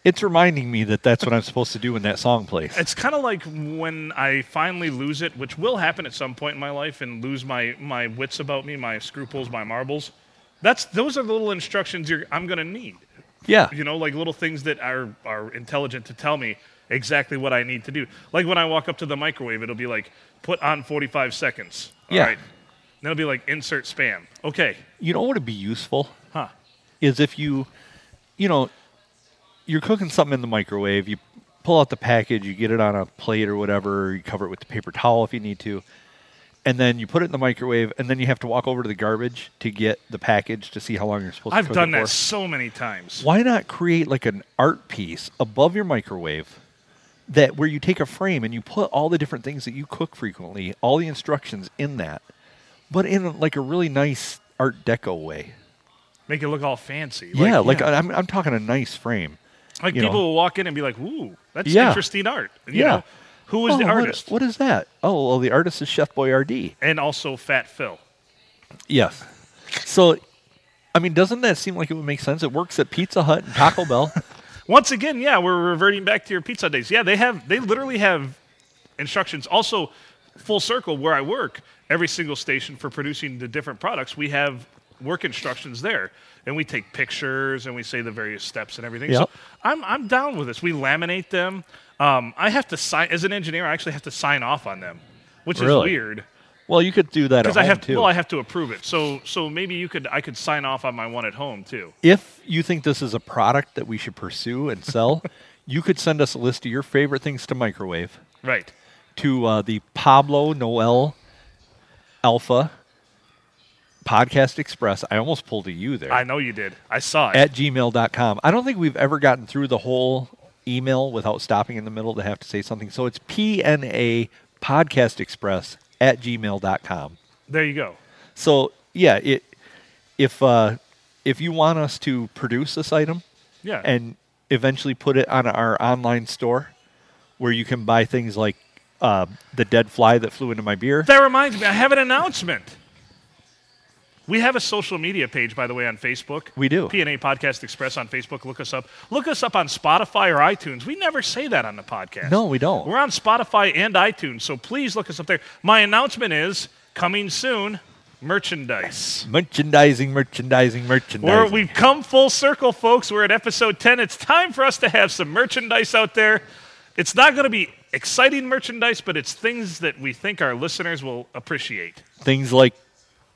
it's reminding me that that's what I'm supposed to do when that song plays.
It's kind of like when I finally lose it, which will happen at some point in my life, and lose my my wits about me, my scruples, my marbles. That's those are the little instructions you're, I'm gonna need.
yeah.
You know, like little things that are are intelligent to tell me exactly what I need to do. Like when I walk up to the microwave, it'll be like, put on 45 seconds. All
Yeah.
right. Then it'll be like, insert spam. Okay.
You know what would be useful?
Huh.
is if you, you know, you're cooking something in the microwave, you pull out the package, you get it on a plate or whatever, you cover it with the paper towel if you need to, and then you put it in the microwave, and then you have to walk over to the garbage to get the package to see how long you're supposed to
I've
cook
done
it
that
for.
so many times.
Why not create like an art piece above your microwave that where you take a frame and you put all the different things that you cook frequently, all the instructions in that, but in like a really nice art deco way.
Make it look all fancy.
yeah, like I'm, I'm talking a nice frame.
Like
you
people
know.
will walk in and be like, "Ooh, that's
Yeah.
interesting art." You
Yeah.
know, who was the
Oh, what-
artist?
what is that? Oh, well, the artist is Chef Boyardee.
And also Fat Phil.
Yes. So, I mean, doesn't that seem like it would make sense? It works at Pizza Hut and Taco Bell.
Once again, yeah, we're reverting back to your pizza days. Yeah, they have they literally have instructions. Also, full circle where I work, every single station for producing the different products, we have work instructions there. And we take pictures and we say the various steps and everything.
Yep.
So I'm I'm down with this. We laminate them. Um, I have to sign as an engineer, I actually have to sign off on them, which is
Really?
weird.
Well, you could do that at
Because I
home
have
too.
well, I have to approve it. So so maybe you could I could sign off on my one at home too.
if you think this is a product that we should pursue and sell, you could send us a list of your favorite things to microwave
Right.
to uh, the Pablo Noel Alpha Podcast Express. I almost pulled a U there.
I know you did. I saw it.
at gmail.com. I don't think we've ever gotten through the whole email without stopping in the middle to have to say something. So it's PNA Podcast Express at gmail.com.
there you go.
So yeah, it if uh, if you want us to produce this item
Yeah.
and eventually put it on our online store where you can buy things like uh, the dead fly that flew into my beer.
that reminds me, I have an announcement. We have a social media page, by the way, on Facebook.
We do.
PNA Podcast Express on Facebook. Look us up. Look us up on Spotify or iTunes. We never say that on the podcast.
No, we don't.
We're on Spotify and iTunes, so please look us up there. My announcement is coming soon merchandise.
Merchandising, merchandising,
We're,
merchandising.
we've come full circle, folks. We're at episode 10. It's time for us to have some merchandise out there. It's not going to be exciting merchandise, but it's things that we think our listeners will appreciate.
things like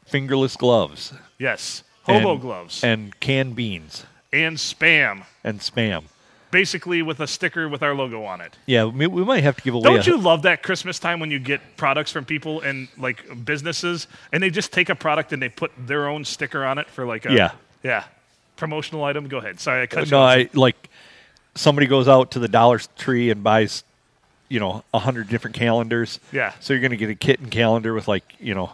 fingerless gloves,
Yes. Hobo
and-
gloves and,
and canned beans
spam,
and spam.
basically with a sticker with our logo on it.
Yeah, we, we might have to give away.
Don't
a,
you love that Christmas time when you get products from people and like businesses and they just take a product and they put their own sticker on it for like a
Yeah. Uh,
yeah promotional item? Go ahead. Sorry, I cut you
No,
off.
I like somebody goes out to the Dollar Tree and buys, you know, a hundred different calendars.
Yeah.
So you're gonna get a kitten calendar with like you know,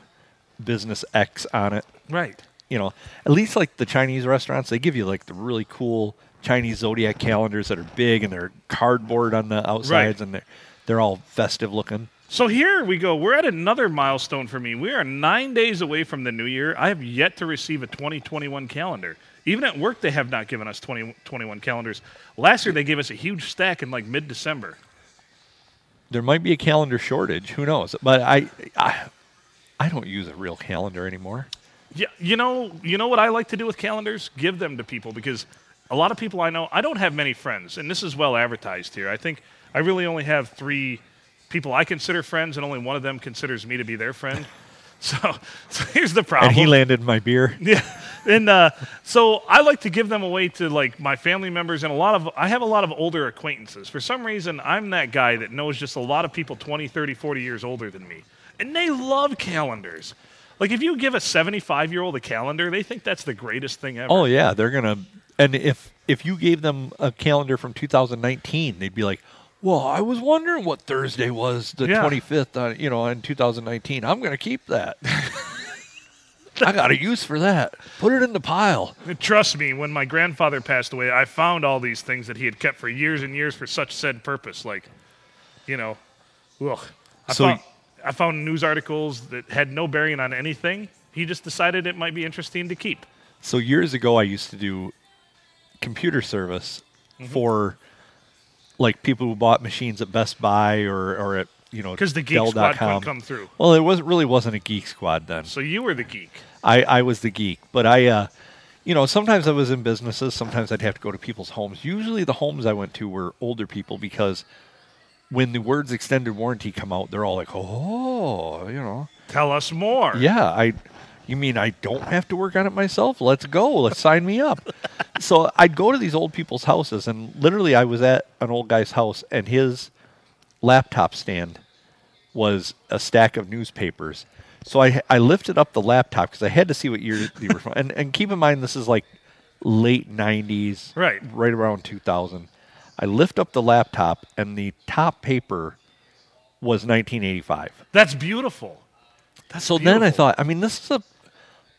business X on it.
Right.
You know, at least like the Chinese restaurants, they give you like the really cool Chinese zodiac calendars that are big and they're cardboard on the outsides and they're they're all festive looking.
So here we go. We're at another milestone for me. We are nine days away from the new year. I have yet to receive a 2021 calendar. Even at work, they have not given us 2021 calendars. Last year, they gave us a huge stack in like mid December.
There might be a calendar shortage. Who knows? But I, I, I don't use a real calendar anymore.
Yeah, you know, you know what I like to do with calendars? Give them to people because a lot of people I know, I don't have many friends, and this is well advertised here. I think I really only have three people I consider friends, and only one of them considers me to be their friend. So, so here's the problem.
And he landed my beer.
Yeah, and uh, so I like to give them away to like my family members and a lot of I have a lot of older acquaintances. For some reason, I'm that guy that knows just a lot of people 20, 30, 40 years older than me, and they love calendars. Like if you give a 75 year old a calendar, they think that's the greatest thing ever.
Oh yeah, they're gonna. And if if you gave them a calendar from 2019, they'd be like, "Well, I was wondering what Thursday was, the
Yeah.
25th, on, you know, in 2019. I'm gonna keep that. I got a use for that. Put it in the pile.
Trust me, when my grandfather passed away, I found all these things that he had kept for years and years for such said purpose. Like, you know, ugh. I,
So-
found, I found news articles that had no bearing on anything. He just decided it might be interesting to keep.
So years ago, I used to do computer service
Mm-hmm.
for like people who bought machines at Best Buy or or at you know
Because the Geek
Dell
Squad
dot com.
couldn't come through.
Well, it was really wasn't a geek squad then.
So you were the geek.
I, I was the geek, but I, uh, you know, sometimes I was in businesses. Sometimes I'd have to go to people's homes. Usually, the homes I went to were older people because when the words extended warranty come out, they're all like, "Oh, you know,
Tell us more.
yeah." I, You mean I don't have to work on it myself? Let's go. Let's sign me up. so I'd go to these old people's houses, and literally, I was at an old guy's house, and his laptop stand was a stack of newspapers. So I I lifted up the laptop because I had to see what year you were from. And and keep in mind, this is like late '90s,
Right.
Right around 2000. I lift up the laptop, and the top paper was 1985.
That's beautiful. That's
So then I
beautiful.
thought, I mean, this is a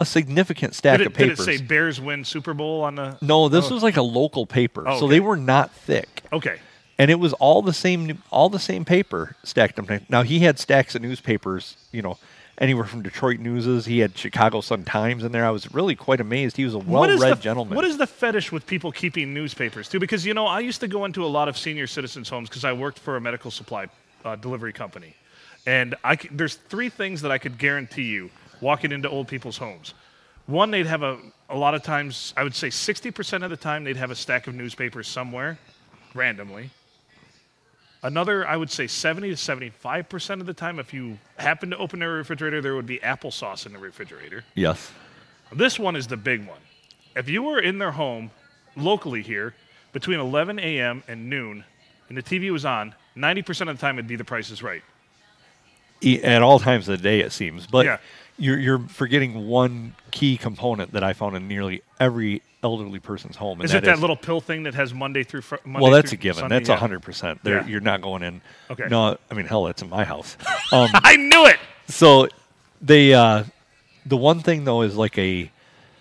a significant stack
Did
of
it, did it
papers.
say Bears win Super Bowl on the?
no, this was like a local paper,
Oh,
so
okay. Oh.
they were not thick,
Okay.
and it was all the same, all the same paper stacked up. Now he had stacks of newspapers, you know, anywhere from Detroit Newses. He had Chicago Sun Times in there. I was really quite amazed. He was a
What is
well-read
the,
gentleman.
What is the fetish with people keeping newspapers too? Because you know, I used to go into a lot of senior citizens' homes because I worked for a medical supply uh, delivery company, and I c- there's three things that I could guarantee you walking into old people's homes. One, they'd have a a lot of times. I would say 60% of the time they'd have a stack of newspapers somewhere, randomly. Another, I would say 70 to 75% of the time, if you happened to open their refrigerator, there would be applesauce in the refrigerator.
yes,
This one is the big one. If you were in their home locally here between 11 a.m. and noon and the TV was on, 90% of the time it'd be the price is right.
E- at all times of the day it seems, but.
Yeah.
You're, you're forgetting one key component that I found in nearly every elderly person's home. And
Is it that
is-
little pill thing that has Monday through fr- Monday?
Well, that's a
through
given.
Sunday?
that's
Yeah.
a hundred percent. There,
Yeah.
you're not going in.
Okay.
No, I mean, hell, that's in my house. Um,
I knew it.
so they, uh, the one thing though is like a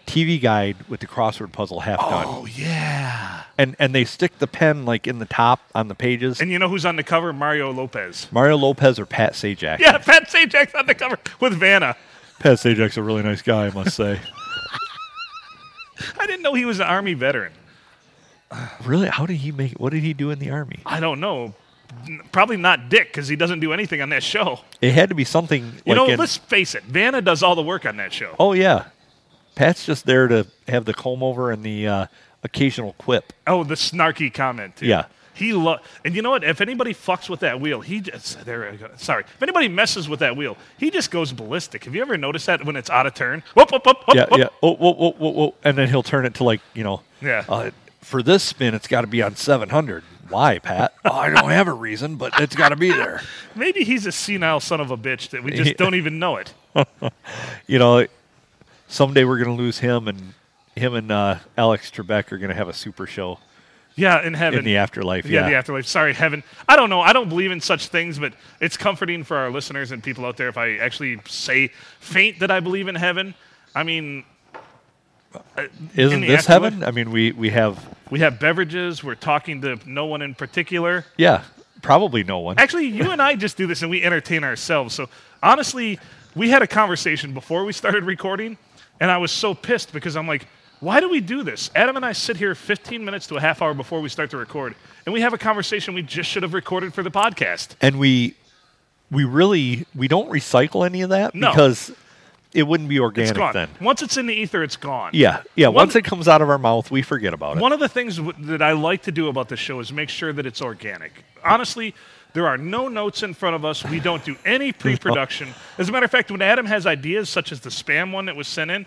TV guide with the crossword puzzle half done,
Oh, yeah.
and and they stick the pen like in the top on the pages.
And you know who's on the cover? Mario Lopez.
Mario Lopez or Pat Sajak.
Yeah, Pat Sajak's on the cover with Vanna.
Pat Sajak's a really nice guy, I must say.
I didn't know he was an army veteran.
really, how did he make? What did he do in the army?
I don't know. N- Probably not Dick because he doesn't do anything on that show.
It had to be something. Like
You know,
in-
let's face it, Vanna does all the work on that show.
oh yeah, Pat's just there to have the comb over and the uh, occasional quip.
Oh, the snarky comment too.
Yeah.
He lo- and you know what? If anybody fucks with that wheel, he just there. I go. Sorry, if anybody messes with that wheel, he just goes ballistic. Have you ever noticed that when it's out of turn? Whoop whoop whoop whoop.
yeah,
whoop.
yeah. Oh, whoa, whoa, whoa, whoa. And then he'll turn it to like, you know,
Yeah.
Uh, for this spin, it's got to be on 700. Why, Pat? oh, I don't have a reason, but it's got to be there.
Maybe he's a senile son of a bitch that we
Yeah.
just don't even know it.
You know, someday we're going to lose him, and him and uh, Alex Trebek are going to have a super show
Yeah, in heaven.
in the afterlife.
yeah,
Yeah.
the afterlife. Sorry, heaven. I don't know. I don't believe in such things, but it's comforting for our listeners and people out there if I actually say faint that I believe in heaven. I mean,
Isn't
in the
this
afterlife.
heaven? I mean, we, we have,
we have beverages. We're talking to no one in particular.
yeah, probably no one.
Actually, you and I just do this and we entertain ourselves. So honestly, we had a conversation before we started recording, and I was so pissed because I'm like, why do we do this? Adam and I sit here 15 minutes to a half hour before we start to record, and we have a conversation we just should have recorded for the podcast.
and we we really we don't recycle any of that
No.
because it wouldn't be
It's
organic
gone.
then.
Once it's in the ether, it's gone.
Yeah, yeah.
One-
once it comes out of our mouth, we forget about it.
One of the things w- that I like to do about this show is make sure that it's organic. Honestly, there are no notes in front of us. We don't do any pre production. As a matter of fact, when Adam has ideas, such as the spam one that was sent in,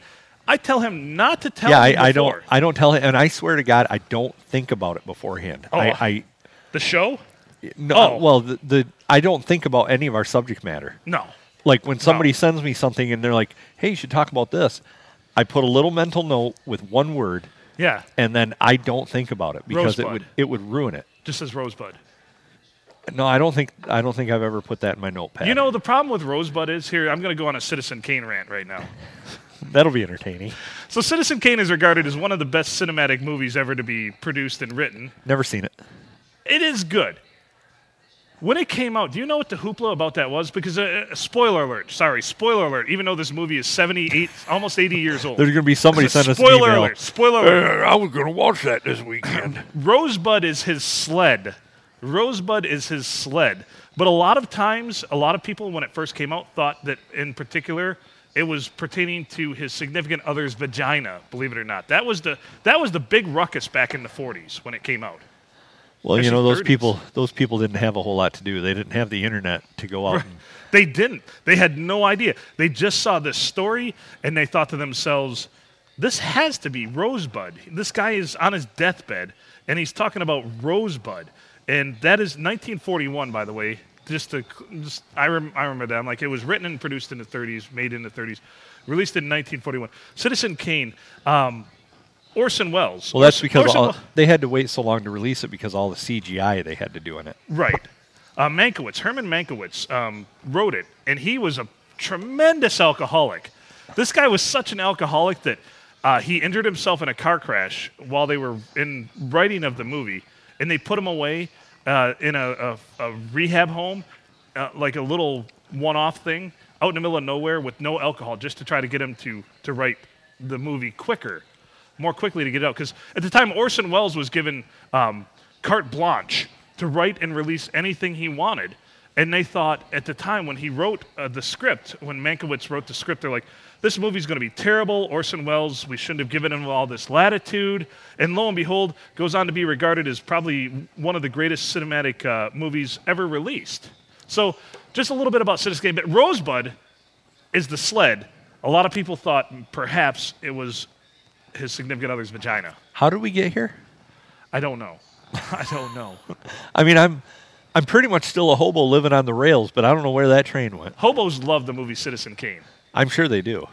I tell him not to tell
yeah,
me
I, I
before.
don't. I don't tell him, and I swear to God, I don't think about it beforehand. I,
the show?
I no.
Oh.
Well, the, the I don't think about any of our subject matter.
No.
Like when somebody sends me something and they're like, "Hey, you should talk about this," I put a little mental note with one word,
Yeah,
and then I don't think about it because it
Rosebud.
would it would ruin it.
just as Rosebud.
No, I don't think I don't think I've ever put that in my notepad.
You know, the problem with Rosebud is here, I'm going to go on a Citizen Kane rant right now.
that'll be entertaining.
So, Citizen Kane is regarded as one of the best cinematic movies ever to be produced and written.
Never seen it.
it is good. When it came out, do you know what the hoopla about that was? Because uh, uh, spoiler alert, sorry, spoiler alert. Even though this movie is seventy-eight, almost eighty years old.
There's going to be somebody
It's a
send us an
spoiler
email.
alert. Spoiler alert.
I was going to watch that this weekend.
Rosebud is his sled. Rosebud is his sled. But a lot of times, a lot of people, when it first came out, thought that in particular it was pertaining to his significant other's vagina. Believe it or not, that was the that was the big ruckus back in the '40s when it came out.
Well,
This
you
is
know those
30s.
people. Those people didn't have a whole lot to do. They didn't have the internet to go out. And,
They didn't. They had no idea. They just saw this story and they thought to themselves, this has to be Rosebud. This guy is on his deathbed and he's talking about Rosebud. And that is 1941, by the way. Just to, just, I, rem, I remember that. I'm like, it was written and produced in the 30s, made in the 30s, released in 1941. Citizen Kane, um, Orson Welles.
well, that's
Orson-
because
Orson
all,
Welles-
they had to wait so long to release it because all the CGI they had to do in it.
Right. Uh, Mankiewicz, Herman Mankiewicz, um, wrote it, and he was a tremendous alcoholic. This guy was such an alcoholic that uh, he injured himself in a car crash while they were in writing of the movie, and they put him away uh, in a, a, a rehab home, uh, like a little one-off thing, out in the middle of nowhere with no alcohol, just to try to get him to to write the movie quicker more quickly to get it out. Because at the time, Orson Welles was given um, carte blanche to write and release anything he wanted. And they thought at the time when he wrote uh, the script, when Mankiewicz wrote the script, they're like, this movie's going to be terrible. Orson Welles, we shouldn't have given him all this latitude. And lo and behold, goes on to be regarded as probably one of the greatest cinematic uh, movies ever released. So, just a little bit about Citizen Kane. But Rosebud is the sled. A lot of people thought perhaps it was his significant other's vagina.
How did we get here?
I don't know. I don't know.
I mean, I'm I'm pretty much still a hobo living on the rails, but I don't know where that train went.
Hobos love the movie Citizen Kane.
I'm sure they do.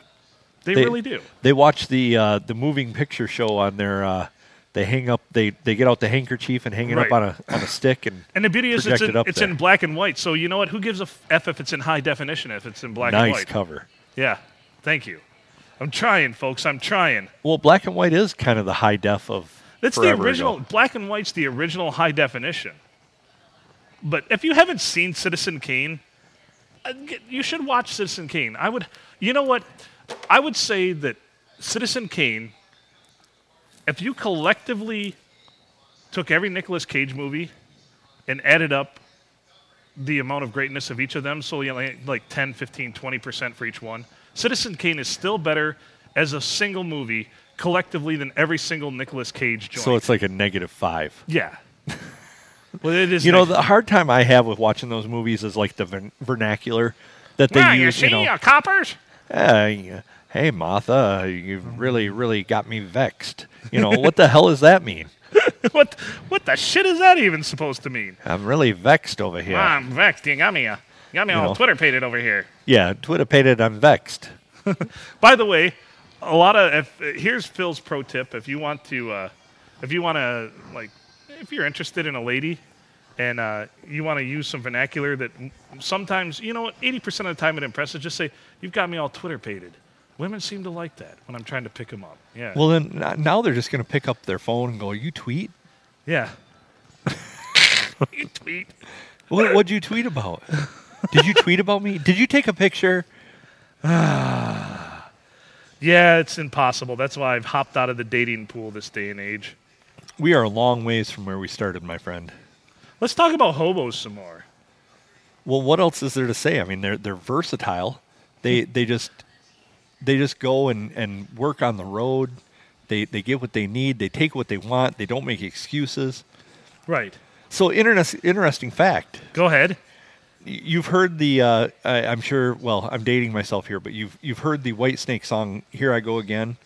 They,
They-
really do.
They watch the uh, the moving picture show on their. Uh, they hang up. They they get out the handkerchief and hang it
Right.
up on a on a stick and.
And the beauty is it's,
Project
in,
it up
it's
there.
in black and white. So you know what? Who gives a f- f if it's in high definition? If it's in black and
Nice
white.
cover.
Yeah. Thank you. I'm trying, folks. I'm trying.
Well, black and white is kind of the high def of.
That's the
forever
original.
ago.
Black and white's the original high definition. But if you haven't seen Citizen Kane, uh, g- you should watch Citizen Kane. I would, you know what? I would say that Citizen Kane, if you collectively took every Nicolas Cage movie and added up the amount of greatness of each of them, so you know, like, like 10, 15, 20% for each one, Citizen Kane is still better as a single movie collectively than every single Nicolas Cage joint.
So it's like a negative five.
Yeah. well, it is.
You know,
nice.
the hard time I have with watching those movies is like the vern- vernacular that they
Yeah, you
use.
see,
You, know,
uh, coppers.
"Hey, hey Martha, you really, really got me vexed. You know, what the hell does that mean?
what? What the shit is that even supposed to mean?
I'm really vexed over here.
Ah, I'm vexed. You got me. Uh, you got me all
know.
Twitter pated over here.
Yeah, Twitter pated. I'm vexed.
By the way, a lot of if, here's Phil's pro tip. If you want to, uh, if you want to, like, if you're interested in a lady and uh, you want to use some vernacular that m- sometimes, you know, what, 80% of the time it impresses, just say, "You've got me all Twitter pated." Women seem to like that when I'm trying to pick them up. Yeah.
Well, then n- now they're just going to pick up their phone and go, "You tweet?
yeah. you tweet.
What, what'd you tweet about? Did you tweet about me? Did you take a picture?"
Yeah, it's impossible. That's why I've hopped out of the dating pool this day and age.
We are a long ways from where we started, my friend.
Let's talk about hobos some more.
Well, what else is there to say? I mean, they're they're versatile. They
Hmm.
they just they just go and, and work on the road. They they get what they need. They take what they want. They don't make excuses.
Right.
So, interest, interesting fact.
Go ahead.
Y- You've heard the uh, I, I'm sure. Well, I'm dating myself here, but you've you've heard the White Snake song "Here I Go Again,"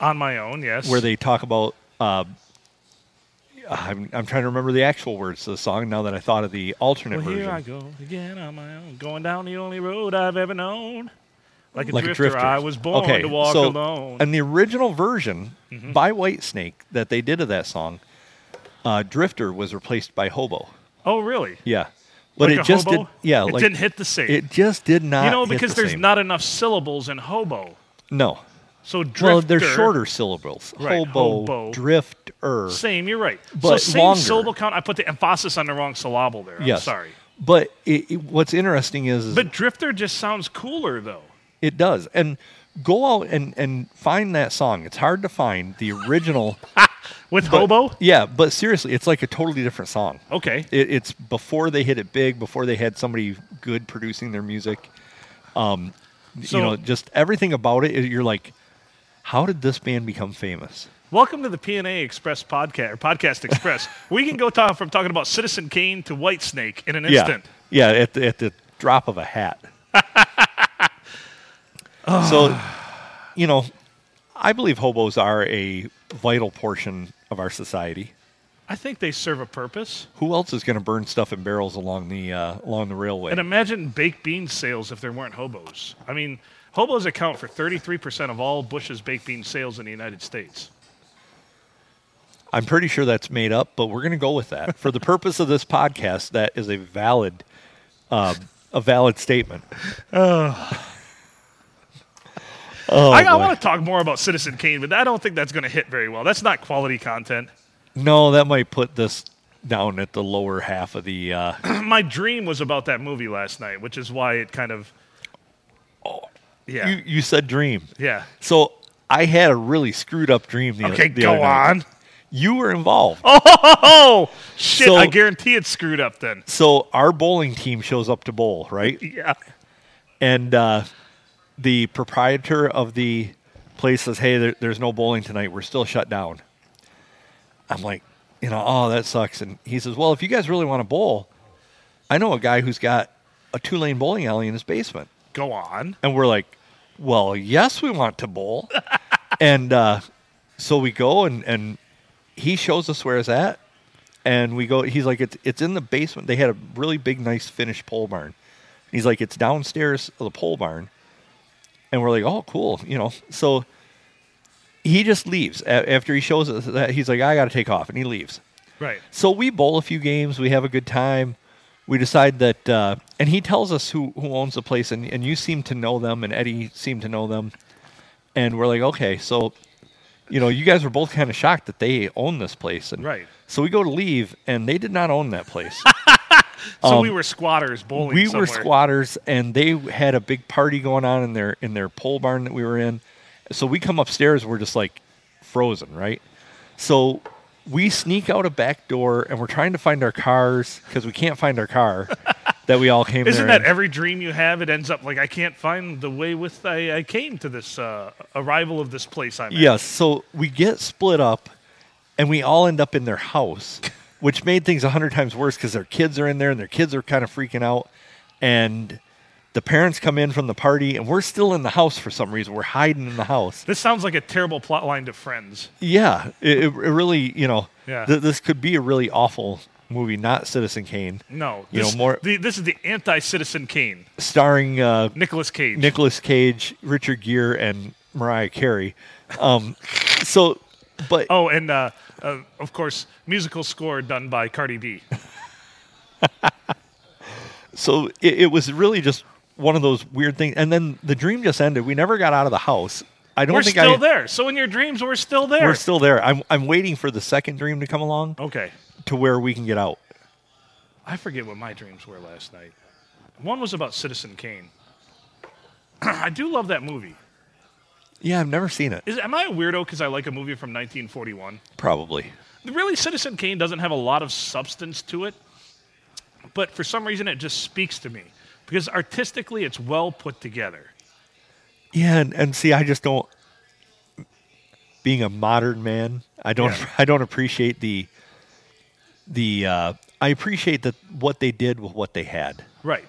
On my own, yes.
where they talk about. Uh, I'm I'm trying to remember the actual words to the song now that I thought of the alternate
Well,
version.
here I go again on my own, going down the only road I've ever known. Like a,
like
drifter,
a drifter.
I was born
okay,
to walk
so,
alone. Mm-hmm.
And the original version by Whitesnake that they did of that song, uh, Drifter was replaced by Hobo.
oh, really?
Yeah, but
Like
it
a
just
hobo?
did. Yeah,
it
like
didn't hit the same.
it just did not.
you know,
hit
because
the
there's
same.
not enough syllables in hobo.
no.
So drifter.
Well, they're shorter syllables.
Right,
Hobo,
hobo.
drifter.
Same, you're right. so
But
same
longer.
syllable count. I put the emphasis on the wrong syllable there.
yes.
I'm sorry.
But it, it- what's interesting is, is
But drifter just sounds cooler though.
it does. And go out and, and find that song. It's hard to find the original.
With
but-
hobo?
Yeah, but seriously, it's like a totally different song.
Okay.
it, it's before they hit it big, before they had somebody good producing their music. Um,
So-
you know, just everything about it. You're like, how did this band become famous?
Welcome to the PNA Express podcast, or Podcast Express. we can go talk, from talking about Citizen Kane to Whitesnake in an instant.
Yeah, yeah at, the, at the drop of a hat. so, you know, I believe hobos are a vital portion of our society.
I think they serve a purpose.
Who else is going to burn stuff in barrels along the uh, along the railway?
And imagine baked bean sales if there weren't hobos. I mean, hobos account for 33% of all Bush's baked bean sales in the United States.
I'm pretty sure that's made up, but we're going to go with that for the purpose of this podcast. That is a valid, um, a valid statement. Oh,
I, I
boy.
want to talk more about Citizen Kane, but I don't think that's going to hit very well. That's not quality content.
no, that might put this down at the lower half of the. Uh,
My dream was about that movie last night, which is why it kind of. Oh, yeah,
You you said dream,
yeah.
so I had a really screwed up dream. The
Okay,
the
go
other night.
on.
You were involved.
Oh shit!
So-
I guarantee it's screwed up then.
So our bowling team shows up to bowl, right?
Yeah.
And uh, the proprietor of the place says, "Hey, there, there's no bowling tonight. We're still shut down." I'm like, you know, oh, that sucks. And he says, "Well, if you guys really want to bowl, I know a guy who's got a two-lane bowling alley in his basement."
Go on.
And we're like, well, yes, we want to bowl. and uh, so we go, and, and he shows us where it's at. And we go, he's like, it's, it's in the basement. They had a really big, nice finished pole barn. He's like, it's downstairs of the pole barn. And we're like, oh, cool. You know, so he just leaves. A- after he shows us that, he's like, I got to take off. And he leaves.
Right.
So we bowl a few games. We have a good time. We decide that, uh, and he tells us who, who owns the place, and, and you seem to know them, and Eddie seemed to know them. And we're like, okay, so, you know, you guys were both kind of shocked that they own this place. And
Right.
So we go to leave, and they did not own that place.
So
Um,
we were squatters bowling.
we
somewhere.
were squatters, and they had a big party going on in their in their pole barn that we were in. So we come upstairs, we're just like frozen, right? So we sneak out a back door, and we're trying to find our cars because we can't find our car that we all came.
Isn't
there
that
in.
every dream you have? It ends up like I can't find the way with I, I came to this uh, arrival of this place I'm at.
Yes. So we get split up, and we all end up in their house, which made things a hundred times worse because their kids are in there, and their kids are kind of freaking out, and the parents come in from the party, and we're still in the house for some reason. We're hiding in the house.
This sounds like a terrible plot line to Friends.
Yeah, it, it it really, you know,
Yeah.
th- this could be a really awful movie, not Citizen Kane,
No,
You know,
this,
more-
the, this is the anti-citizen Kane,
starring uh,
Nicolas Cage.
Nicolas Cage, Richard Gere, and Mariah Carey. Um, so, but
oh, and uh, uh, of course, musical score done by Cardi B.
so it, it was really just one of those weird things. And then the dream just ended. We never got out of the house. I don't
We're
think
still
I.
there. So in your dreams, we're still there.
We're still there. I'm I'm waiting for the second dream to come along
okay.
to where we can get out.
I forget what my dreams were last night. One was about Citizen Kane. I do love that movie.
Yeah, I've never seen it.
Is am I a weirdo because I like a movie from 1941?
Probably.
Really, Citizen Kane doesn't have a lot of substance to it, but for some reason, it just speaks to me because artistically, it's well put together.
Yeah, and, and see, I just don't. Being a modern man, I don't.
Yeah.
I don't appreciate the. The uh, I appreciate that what they did with what they had,
Right.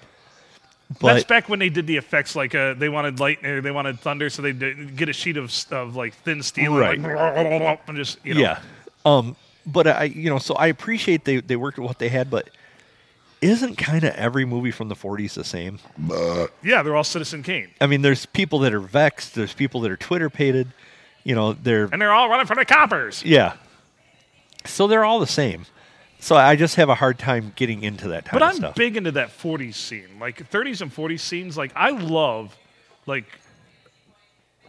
That's
but
back when they did the effects like uh, they wanted lightning, they wanted thunder, so they did get a sheet of, s- of like thin steel and, like, and just you know.
yeah, um, but I you know so I appreciate they they worked with what they had, but isn't kind of every movie from the '40s the same?
yeah, they're all Citizen Kane,
I mean, there's people that are vexed, there's people that are Twitter pated, you know, they're
and they're all running for the coppers.
yeah, so they're all the same. So I just have a hard time getting into that type
But
of
I'm
stuff.
big into that 40s scene, like 30s and 40s scenes. Like I love, like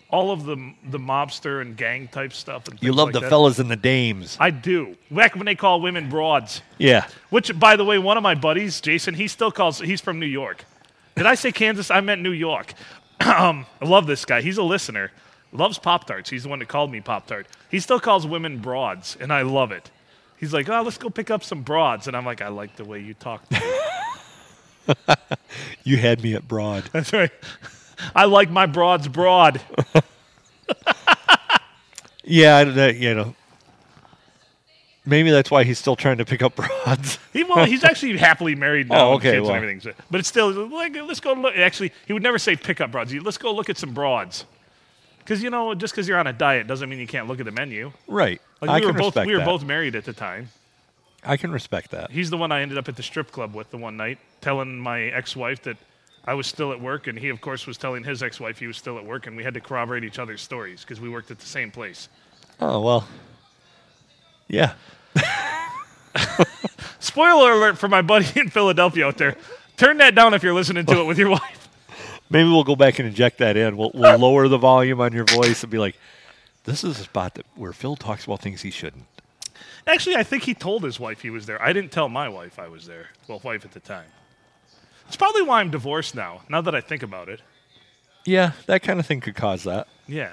all of the the mobster and gang type stuff. And
You
things
love
like
the
that.
fellas and the dames.
I do. Back when they call women broads,
Yeah.
which by the way, one of my buddies, Jason, he still calls. He's from New York. Did I say Kansas? I meant New York. um, I love this guy. He's a listener. Loves Pop Tarts. He's the one that called me Pop Tart. He still calls women broads, and I love it. He's like, oh, let's go pick up some broads. And I'm like, I like the way you talk.
You had me at broad.
That's right. I like my broads broad.
Yeah, I- that, you know. Maybe that's why he's still trying to pick up broads.
He well, he's actually happily married now,
Oh,
with
okay,
kids
well.
and everything. So- But it's still like let's go look. Actually, he would never say pick up broads. He'd, Let's go look at some broads, because you know, just because you're on a diet doesn't mean you can't look at the menu.
right.
Like
I
we were
can
both
respect
we were
that.
both married at the time.
I can respect that.
He's the one I ended up at the strip club with the one night, telling my ex-wife that I was still at work, and he, of course, was telling his ex-wife he was still at work, and we had to corroborate each other's stories because we worked at the same place.
Oh, well. Yeah.
Spoiler alert for my buddy in Philadelphia out there. Turn that down if you're listening to it with your wife.
Maybe we'll go back and inject that in. We'll, we'll lower the volume on your voice and be like, this is a spot that where Phil talks about things he shouldn't.
Actually, I think he told his wife he was there. I didn't tell my wife I was there. Well, wife at the time. It's probably why I'm divorced now, now that I think about it.
Yeah, that kind of thing could cause that.
Yeah.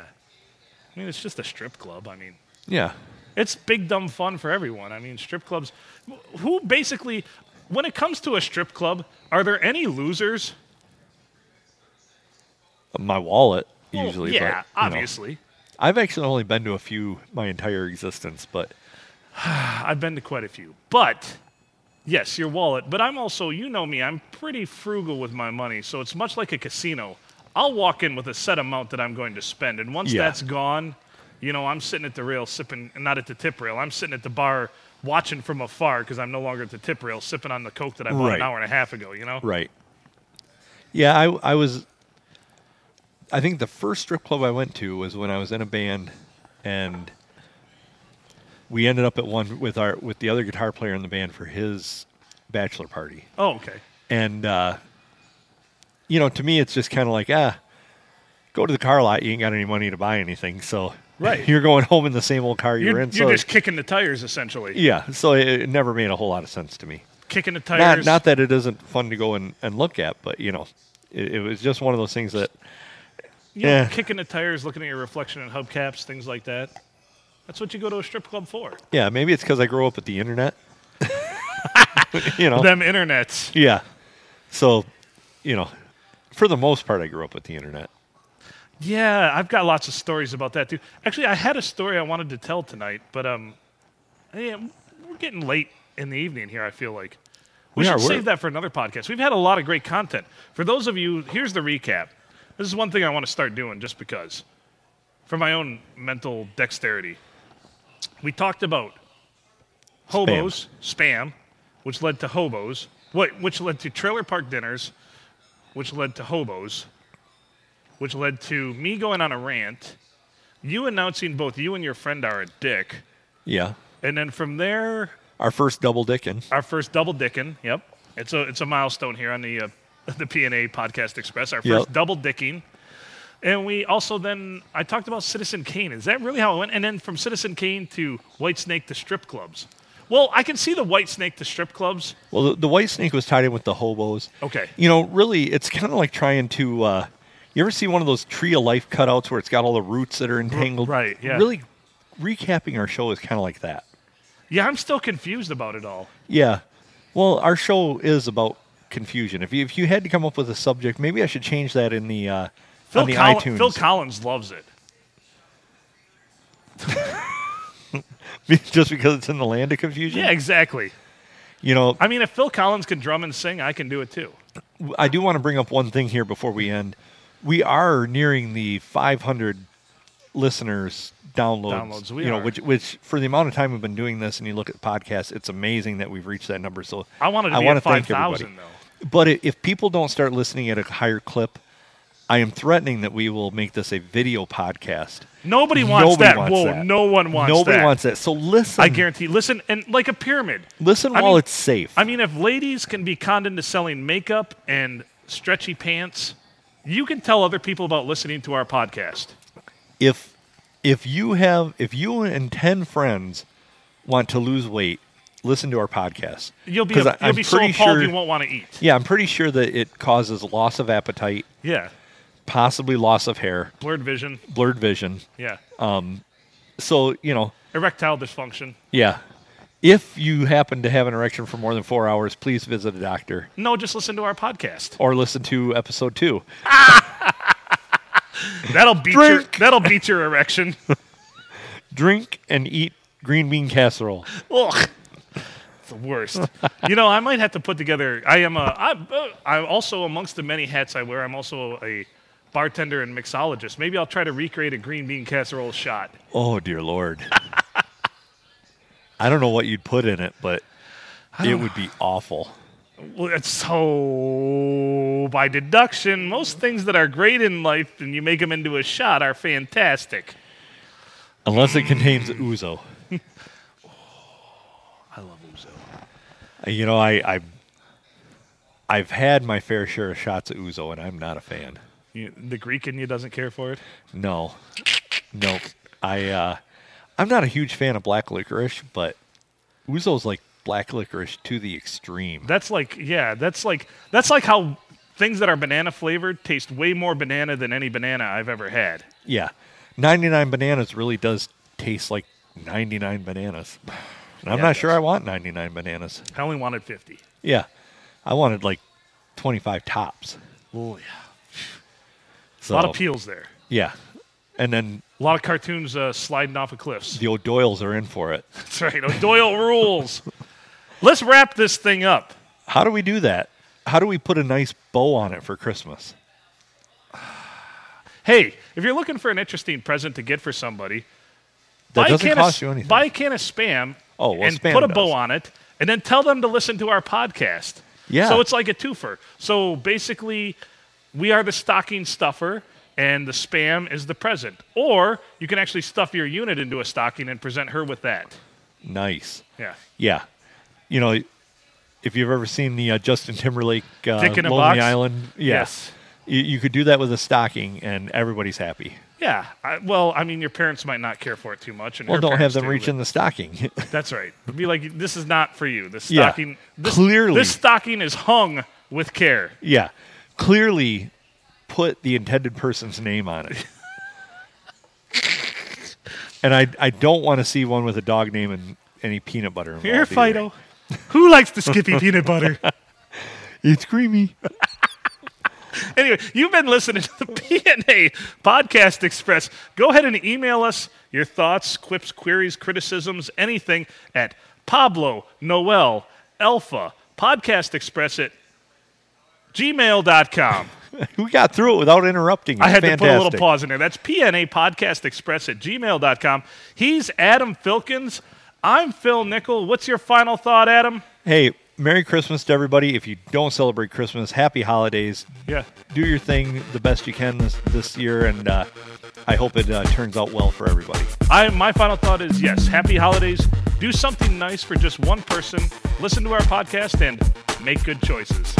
I mean, it's just a strip club. I mean,
Yeah.
it's big dumb fun for everyone. I mean, strip clubs. wh- Who basically, when it comes to a strip club, are there any losers?
My wallet,
Well,
usually. but, you
yeah,
know.
obviously.
I've actually only been to a few my entire existence, but
I've been to quite a few, but yes, your wallet. But I'm also, you know me, I'm pretty frugal with my money, so it's much like a casino. I'll walk in with a set amount that I'm going to spend, and once
Yeah.
that's gone, you know, I'm sitting at the rail sipping, not at the tip rail. I'm sitting at the bar watching from afar because I'm no longer at the tip rail sipping on the coke that I bought
Right.
an hour and a half ago. You know,
Right. Yeah, I I was. I think the first strip club I went to was when I was in a band, and we ended up at one with our with the other guitar player in the band for his bachelor party,
oh okay,
and uh, you know, to me, it's just kind of like ah, go to the car lot. You ain't got any money to buy anything, so
Right.
you're going home in the same old car you're,
you're,
in.
you're
so
just kicking the tires essentially,
yeah, so it, it never made a whole lot of sense to me
kicking the
not,
tires.
not that it isn't fun to go and, and look at, but you know, it, it was just one of those things that
You know,
Yeah.
kicking the tires, looking at your reflection in hubcaps, things like that. That's what you go to a strip club for.
yeah, maybe it's because I grew up with the internet, you know,
Them internets.
yeah. So, you know, for the most part, I grew up with the internet.
Yeah, I've got lots of stories about that too. Actually, I had a story I wanted to tell tonight, but um, yeah, we're getting late in the evening here. I feel like we,
We
should
are, we're-
save that for another podcast. We've had a lot of great content. For those of you, here's the recap. This is one thing I want to start doing just because, for my own mental dexterity. We talked about hobos, spam, which led to hobos, what which led to trailer park dinners, which led to hobos, which led to me going on a rant, you announcing both you and your friend are a dick,
Yeah,
and then from there,
our first double dickin.
our first double dicking. Yep, it's a it's a milestone here on the uh, the PNA Podcast Express. Our first
Yep.
double dicking. And we also then I talked about Citizen Kane. Is that really how it went? And then from Citizen Kane to White Snake to strip clubs. Well, I can see the White Snake to strip clubs.
Well, the, the white snake was tied in with the hobos.
Okay.
you know, really, it's kind of like trying to. Uh, you ever see one of those tree of life cutouts where it's got all the roots that are entangled?
right, yeah.
Really, recapping our show is kind of like that.
Yeah, I'm still confused about it all.
Yeah. Well, our show is about confusion. If you if you had to come up with a subject, maybe I should change that in the uh,
Phil,
on the
Coll-
iTunes.
Phil Collins loves it.
just because it's in the land of confusion.
Yeah, exactly.
You know,
I mean, if Phil Collins can drum and sing, I can do it too.
I do want to bring up one thing here before we end. We are nearing the 500 listeners downloads.
Downloads, we
you know,
are.
which which for the amount of time we've been doing this, and you look at podcasts, it's amazing that we've reached that number. So
I wanted to be
want
at
to thank
5,000
everybody.
though.
But i- if people don't start listening at a higher clip, I am threatening that we will make this a video podcast.
Nobody wants
Nobody
that.
wants
Whoa,
that.
no one wants
Nobody
that.
wants that. So listen.
I guarantee. Listen, and like a pyramid.
Listen
I
while
mean-
it's safe.
I mean, if ladies can be conned into selling makeup and stretchy pants, you can tell other people about listening to our podcast.
if if you have if you and ten friends want to lose weight, listen to our podcast.
You'll be
'Cause
you'll
I- I'm
be so
pretty
appalled
sure-
you won't want to eat.
Yeah, I'm pretty sure that it causes loss of appetite,
Yeah,
possibly loss of hair,
blurred vision.
blurred vision.
Yeah,
Uh. So you know,
erectile dysfunction.
yeah. If you happen to have an erection for more than four hours, please visit a doctor
No, just listen to our podcast.
or listen to episode two.
That'll beat your
Drink.
that'll beat your erection.
Drink and eat green bean casserole.
Ugh. It's the worst. you know, I might have to put together. I am a. I'm, uh, I'm also amongst the many hats I wear. I'm also a bartender and mixologist. Maybe I'll try to recreate a green bean casserole shot.
Oh dear lord. I don't know what you'd put in it, but it would be awful.
Well, it's So, by deduction, most things that are great in life and you make them into a shot are fantastic.
Unless it contains ouzo.
I love Uzo.
Uh, You know, I, I I've had my fair share of shots of ouzo, and I'm not a fan.
You, the Greek in you doesn't care for it.
No, nope. I uh, I'm not a huge fan of black licorice, but ouzo's like black licorice to the extreme.
That's like, yeah, that's like, that's like how things that are banana flavored taste way more banana than any banana I've ever had.
Yeah, 99 bananas really does taste like 99 bananas. And I'm
Yeah, it
not sure
does.
I want 99 bananas.
I only wanted 50.
Yeah, I wanted like 25 tops.
Oh yeah,
So,
a lot of peels there.
Yeah, and then
A lot of cartoons uh, sliding off of cliffs.
the O'Doyles are in for it.
That's right. O'Doyle rules. Let's wrap this thing up.
How do we do that? How do we put a nice bow on it for Christmas?
Hey, if you're looking for an interesting present to get for somebody,
That
buy a
doesn't
can
cost
of,
you anything.
Buy a can of spam.
Oh, well,
and
Spam
put a
does.
bow on it, and then tell them to listen to our podcast.
Yeah.
So it's like a twofer. So basically, we are the stocking stuffer, and the spam is the present. Or you can actually stuff your unit into a stocking and present her with that.
Nice.
Yeah.
Yeah. You know, if you've ever seen the uh, Justin Timberlake uh,
Dick in a
Lonely
Box?
Island, yeah. You, you could do that with a stocking, and everybody's happy.
Yeah. I, well, I mean, your parents might not care for it too much, and
Well,
her
don't have
parents
them
do,
reach
but-
in the stocking.
That's right. Be like, this is not for you. This
Yeah.
stocking. This,
Clearly.
this stocking is hung with care.
yeah, clearly, put the intended person's name on it. and I, I don't want to see one with a dog name and any peanut butter. Involved
Here,
either.
Fido. Who likes the Skippy peanut butter?
It's creamy.
Anyway, you've been listening to the PNA Podcast Express. Go ahead and email us your thoughts, quips, queries, criticisms, anything at Pablo Noel Alpha Podcast Express at gmail.com.
we got through it without interrupting.
I had
Fantastic.
to put a little pause in there. That's PNA Podcast Express at gmail.com. He's Adam Filkins. I'm Phil Nickel. What's your final thought, Adam?
Hey, Merry Christmas to everybody. If you don't celebrate Christmas, happy holidays.
Yeah.
Do your thing the best you can this, this year, and uh, I hope it uh, turns out well for everybody.
I my final thought is yes, happy holidays. Do something nice for just one person. Listen to our podcast and make good choices.